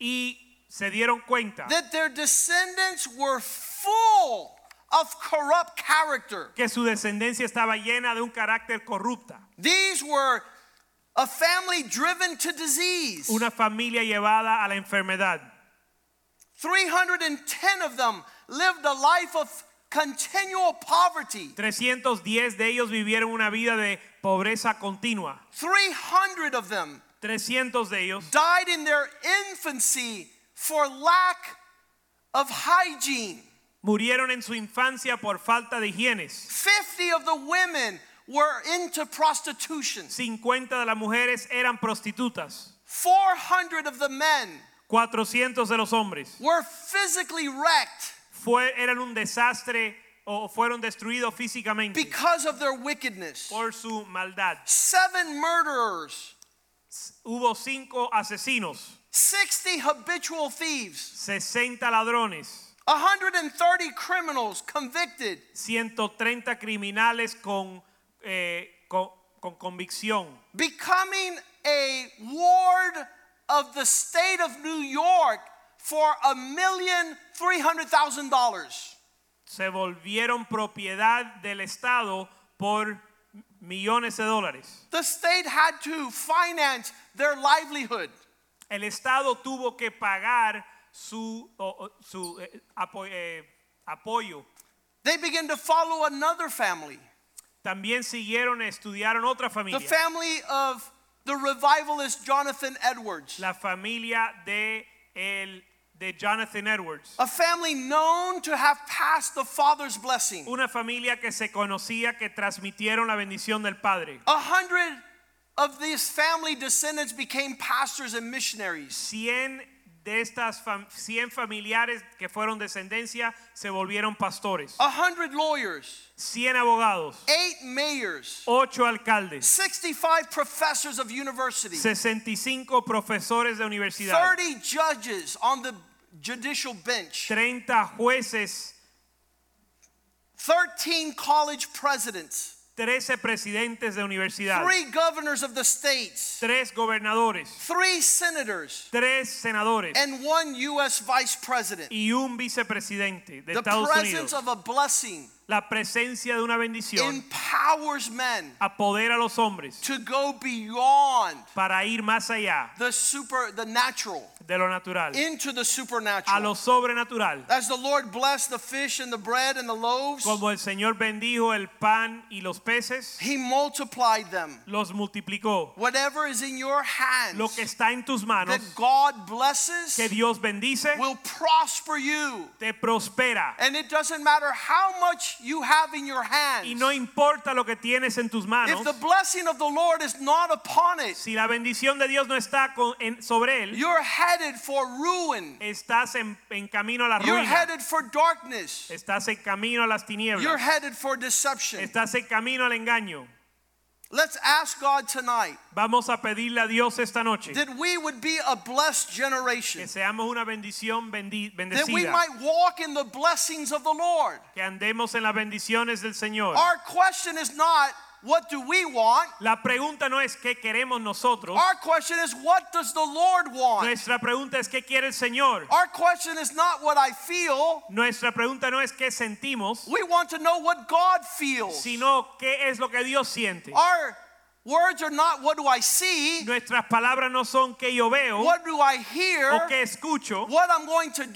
S2: Y se dieron cuenta.
S1: that their descendants were full of corrupt character.
S2: que su descendencia estaba llena de un carácter corrupta,
S1: These were a family driven to disease.
S2: una familia llevada a la enfermedad.
S1: 310 of them lived a life of continual poverty.
S2: 310 de ellos vivieron una vida de pobreza continua.
S1: 300 of them
S2: 300 de ellos
S1: died in their infancy for lack of hygiene.
S2: murieron en su infancia por falta de higienes.
S1: 50 of the women were into prostitution.
S2: 50 de las mujeres eran prostitutas.
S1: 400 of the men
S2: 400 de los hombres
S1: were physically wrecked
S2: fue, eran un desastre o fueron destruidos físicamente
S1: because of their wickedness.
S2: por su maldad.
S1: Seven murderers,
S2: Hubo cinco asesinos,
S1: 60 habitual thieves,
S2: 60 ladrones,
S1: 130 criminals convicted,
S2: 130 criminales con, eh, con, con convicción,
S1: becoming a ward of the state of New York for a million three hundred thousand dollars.
S2: se volvieron propiedad del Estado por millones de dólares.
S1: The state had to finance their livelihood.
S2: El Estado tuvo que pagar su, o- o- su eh, apo- eh, apoyo.
S1: They began to follow another family.
S2: También siguieron, estudiaron otra
S1: the
S2: familia,
S1: family of the revivalist Jonathan Edwards,
S2: la familia de, el, de Jonathan Edwards,
S1: a family known to have passed the father's blessing.
S2: una familia que se conocía que transmitieron la bendición del Padre.
S1: A hundred of these family descendants became pastors and missionaries.
S2: 100 de estas fam- 100 familiares que fueron descendencia se volvieron pastores.
S1: A hundred lawyers,
S2: 100 abogados,
S1: eight mayors,
S2: 8 alcaldes,
S1: 65 professors of university,
S2: 65 profesores de universidad,
S1: 30 judges on the judicial bench,
S2: 30 jueces,
S1: 13 college presidents,
S2: 13 presidentes de universidad,
S1: three governors of the states,
S2: 3 gobernadores,
S1: three senators.
S2: 3 senadores
S1: and one U.S. vice president.
S2: y un vicepresidente de
S1: The
S2: Estados
S1: presence
S2: Unidos.
S1: of a blessing
S2: La presencia de una bendición
S1: empowers men
S2: apodera a los hombres
S1: to go beyond
S2: para ir más allá
S1: the super, the natural,
S2: de lo natural,
S1: into the
S2: a
S1: supernatural.
S2: lo sobrenatural.
S1: As the Lord blessed the fish and the bread and the loaves,
S2: Como el Señor bendijo el pan y los peces,
S1: He multiplied them.
S2: los multiplicó.
S1: Whatever is in your
S2: Lo que
S1: hands
S2: está en tus
S1: that
S2: manos,
S1: God blesses
S2: que Dios bendice,
S1: will prosper you.
S2: te prospera.
S1: And it doesn't matter how much you have in your hands,
S2: Y no importa lo que tienes en tus manos,
S1: if the blessing of the Lord is not upon it,
S2: si la bendición de Dios no está con- en- sobre él,
S1: you're headed for ruin.
S2: estás en, en camino a la
S1: You're
S2: ruina,
S1: headed for darkness.
S2: estás en camino a las
S1: You're
S2: tinieblas,
S1: headed for deception.
S2: estás en camino al engaño.
S1: Let's ask God tonight
S2: Vamos a pedirle a Dios esta noche
S1: that we would be a blessed generation,
S2: que seamos una bendición bendi-
S1: that we
S2: bendecida,
S1: might walk in the blessings of the Lord.
S2: que andemos en las bendiciones del Señor.
S1: Our question is not, what do we want?
S2: La pregunta no es qué queremos nosotros,
S1: Our question is, what does the Lord want?
S2: nuestra pregunta es qué quiere el Señor.
S1: Our question is not what I feel.
S2: Nuestra pregunta no es qué sentimos,
S1: We want to know what God feels.
S2: sino qué es lo que Dios siente.
S1: Our words are not what do I see,
S2: Nuestras palabras no son qué yo veo
S1: what do I
S2: o
S1: hear,
S2: qué escucho,
S1: what I'm going to
S2: qué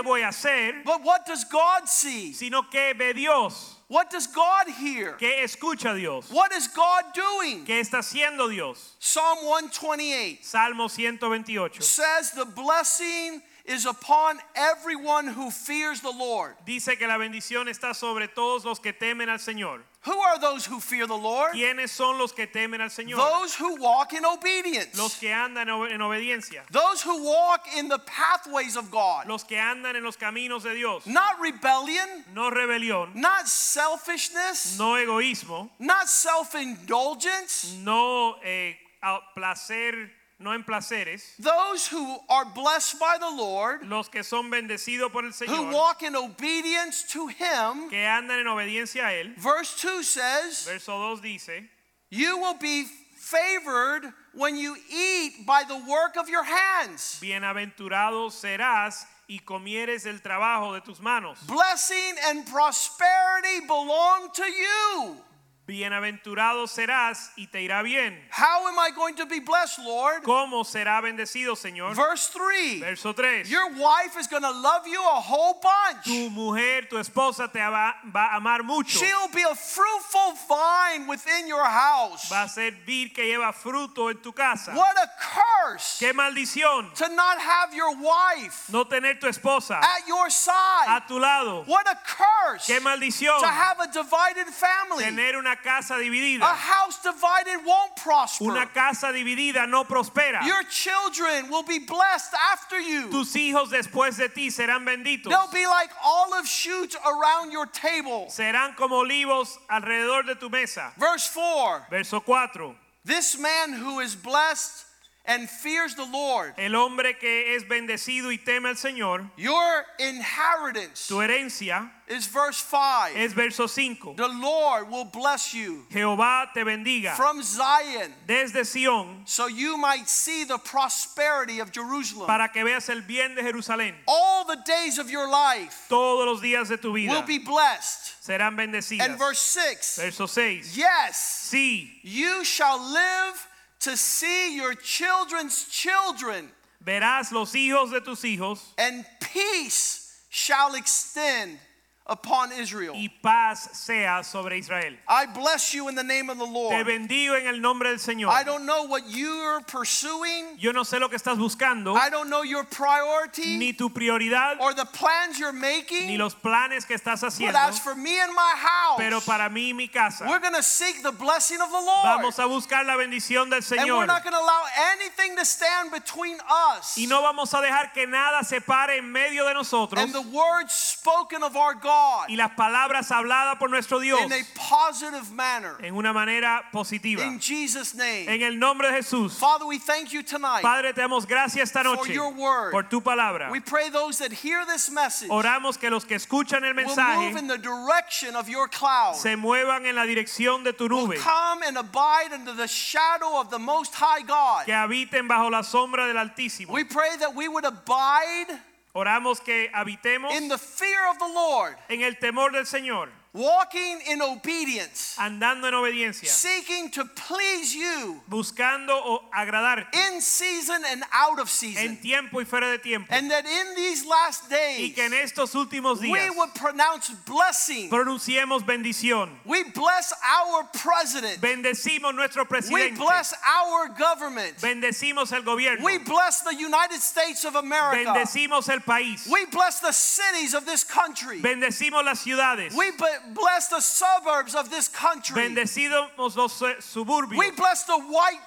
S1: do,
S2: voy a hacer,
S1: but what does God see?
S2: sino qué ve Dios,
S1: What does God hear?
S2: qué escucha Dios,
S1: What is God doing?
S2: qué está haciendo Dios.
S1: Psalm 128
S2: Salmo 128
S1: says, The blessing is upon everyone who fears the Lord.
S2: dice que la bendición está sobre todos los que temen al Señor.
S1: Who are those who fear the Lord?
S2: ¿Quiénes son los que temen al Señor?
S1: Those who walk in
S2: Los
S1: obedience.
S2: que andan en ob- en obediencia,
S1: Those who walk in the pathways of God.
S2: los que andan en los caminos de Dios,
S1: Not rebellion,
S2: no rebelión,
S1: not selfishness,
S2: no egoísmo,
S1: not self indulgence.
S2: no eh, a- placer, no en placeres,
S1: Those who are blessed by the Lord,
S2: los que son bendecidos por el
S1: who
S2: Señor,
S1: walk in obedience to Him.
S2: que andan en obediencia a Él.
S1: Verse 2 says,
S2: Verso 2 dice,
S1: You will be favored when you eat by the work of your hands.
S2: bienaventurado serás y comieres el trabajo de tus manos.
S1: Blessing and prosperity belong to you.
S2: Bienaventurado serás y te irá bien.
S1: How am I going to be blessed, Lord?
S2: ¿Cómo será bendecido, Señor?
S1: Verse 3
S2: Verso 3.
S1: Your wife is going to love you a whole bunch.
S2: Tu mujer, tu esposa te va, va a amar mucho.
S1: She'll be a fruitful vine within your house.
S2: Va a ser vid que lleva fruto en tu casa.
S1: What a curse
S2: ¡Qué maldición!
S1: to not have your wife
S2: No tener tu esposa
S1: at your side.
S2: a tu lado.
S1: What a curse
S2: ¡Qué
S1: to
S2: maldición!
S1: have a divided family.
S2: Tener una casa
S1: A
S2: dividida.
S1: house divided won't prosper.
S2: Una casa dividida no prospera.
S1: Your children will be blessed after you.
S2: Tus hijos después de ti serán benditos.
S1: They'll be like olive shoots around your table.
S2: serán como olivos alrededor de tu mesa.
S1: Verse 4
S2: Verso 4.
S1: This man who is blessed and fears the Lord,
S2: El hombre que es bendecido y teme al Señor,
S1: your inheritance
S2: su herencia
S1: is verse 5.
S2: es verso 5.
S1: The Lord will bless you
S2: Jehová te bendiga
S1: from Zion,
S2: desde Sión
S1: so you might see the prosperity of Jerusalem.
S2: para que veas el bien de Jerusalén.
S1: All the days of your life
S2: Todos los días de tu
S1: will
S2: vida
S1: be blessed.
S2: serán bendecidas.
S1: And verse 6
S2: Verso 6.
S1: Yes,
S2: Sí,
S1: you shall live to see your children's children,
S2: verás los hijos de tus hijos
S1: and peace shall extend upon Israel.
S2: y paz sea sobre Israel.
S1: I bless you in the name of the
S2: Te
S1: Lord.
S2: bendigo en el nombre del Señor.
S1: I don't know what you're pursuing.
S2: Yo no sé lo que estás buscando,
S1: I don't know your priority
S2: ni tu prioridad,
S1: or the plans you're
S2: ni
S1: making.
S2: los planes que estás
S1: But
S2: haciendo,
S1: as for me and my
S2: pero
S1: house,
S2: para mí y mi casa
S1: we're going to seek the blessing of the Lord.
S2: vamos a buscar la bendición del
S1: And we're
S2: Señor
S1: not going to allow anything to stand between us
S2: y no vamos a dejar que nada se pare en medio de nosotros
S1: and the words spoken of our God
S2: y las palabras habladas por nuestro Dios
S1: in a positive manner.
S2: en una manera positiva.
S1: In Jesus' name.
S2: En el nombre de Jesús,
S1: Father, we thank you tonight.
S2: Padre, te damos gracias esta
S1: for
S2: noche
S1: your word.
S2: por tu palabra.
S1: We pray those that hear this message will
S2: Oramos que los que escuchan el
S1: move in
S2: mensaje
S1: the direction of your cloud.
S2: se muevan en la dirección de tu
S1: will
S2: nube,
S1: come and abide under the shadow of the Most High God.
S2: que habiten bajo la sombra del Altísimo.
S1: We pray that we would abide
S2: Oramos que habitemos
S1: in the fear of the Lord,
S2: en el temor del Señor,
S1: walking in obedience,
S2: andando en obediencia,
S1: seeking to please you
S2: buscando o agradarte
S1: in season and out of
S2: en
S1: season.
S2: tiempo y fuera de tiempo.
S1: And that in these last
S2: Y
S1: days,
S2: que en estos últimos
S1: we
S2: días
S1: would pronounce blessing.
S2: pronunciemos bendición.
S1: We bless our president.
S2: Bendecimos nuestro
S1: We
S2: presidente.
S1: bless our government.
S2: Bendecimos el gobierno.
S1: We bless the United States of America.
S2: Bendecimos el país.
S1: We bless the cities of this country.
S2: Bendecimos las ciudades.
S1: We be- bless the suburbs of this country.
S2: Bendecidamos los eh, suburbios.
S1: We bless the white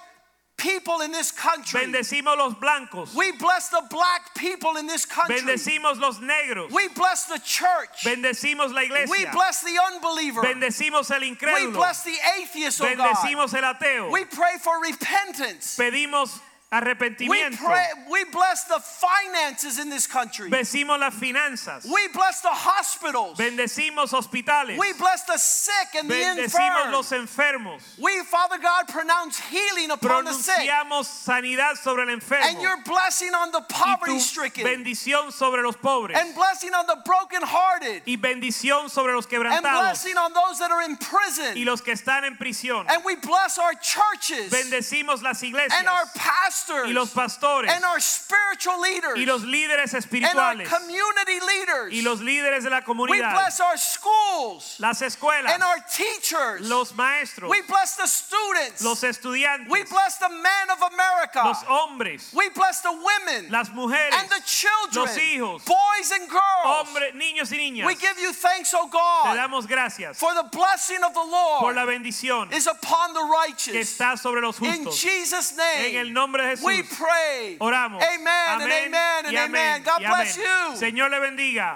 S1: people in this country.
S2: Bendecimos los blancos.
S1: We bless the black people in this country.
S2: Bendecimos los negros.
S1: We bless the church.
S2: Bendecimos la
S1: We
S2: iglesia.
S1: bless the unbeliever.
S2: Bendecimos el
S1: We
S2: incrédulo.
S1: bless the atheist, oh God.
S2: Bendecimos el ateo.
S1: We pray for repentance.
S2: Pedimos
S1: We,
S2: arrepentimiento.
S1: pray, we bless the finances in this country.
S2: Bendecimos las finanzas.
S1: We bless the hospitals.
S2: Bendecimos hospitales.
S1: We bless the sick and the
S2: Bendecimos
S1: infirm.
S2: los enfermos.
S1: We, Father God, pronounce healing upon the sick
S2: Pronunciamos sanidad sobre el
S1: and
S2: enfermo.
S1: your blessing on the poverty
S2: Y tu
S1: stricken
S2: bendición sobre los pobres.
S1: and blessing on the brokenhearted
S2: Y bendición sobre los
S1: and
S2: quebrantados.
S1: blessing on those that are in
S2: Y
S1: prison.
S2: los que están en prisión.
S1: And we bless our churches
S2: Bendecimos las iglesias.
S1: and our
S2: Y los
S1: pastors
S2: pastores.
S1: and our spiritual
S2: Y
S1: leaders
S2: los
S1: and
S2: líderes
S1: our
S2: espirituales.
S1: community
S2: Y
S1: leaders.
S2: los líderes de la
S1: We
S2: comunidad.
S1: bless our schools
S2: Las escuelas.
S1: and our teachers.
S2: Los maestros.
S1: We bless the students.
S2: Los
S1: We
S2: estudiantes.
S1: bless the men of America.
S2: Los hombres.
S1: We bless the women
S2: Las mujeres.
S1: and the children,
S2: los hijos,
S1: boys and girls.
S2: Hombres, niños y niñas.
S1: We give you thanks, O
S2: Te
S1: God,
S2: damos gracias
S1: for the blessing of the
S2: por la
S1: Lord
S2: bendición
S1: is upon the
S2: que
S1: righteous.
S2: está sobre los
S1: In
S2: justos.
S1: Jesus' name,
S2: En el nombre de Jesús.
S1: we pray.
S2: Oramos.
S1: Amen and
S2: Amén
S1: amen and
S2: y amén
S1: amen. God
S2: y
S1: bless
S2: amén.
S1: you.
S2: Señor le bendiga.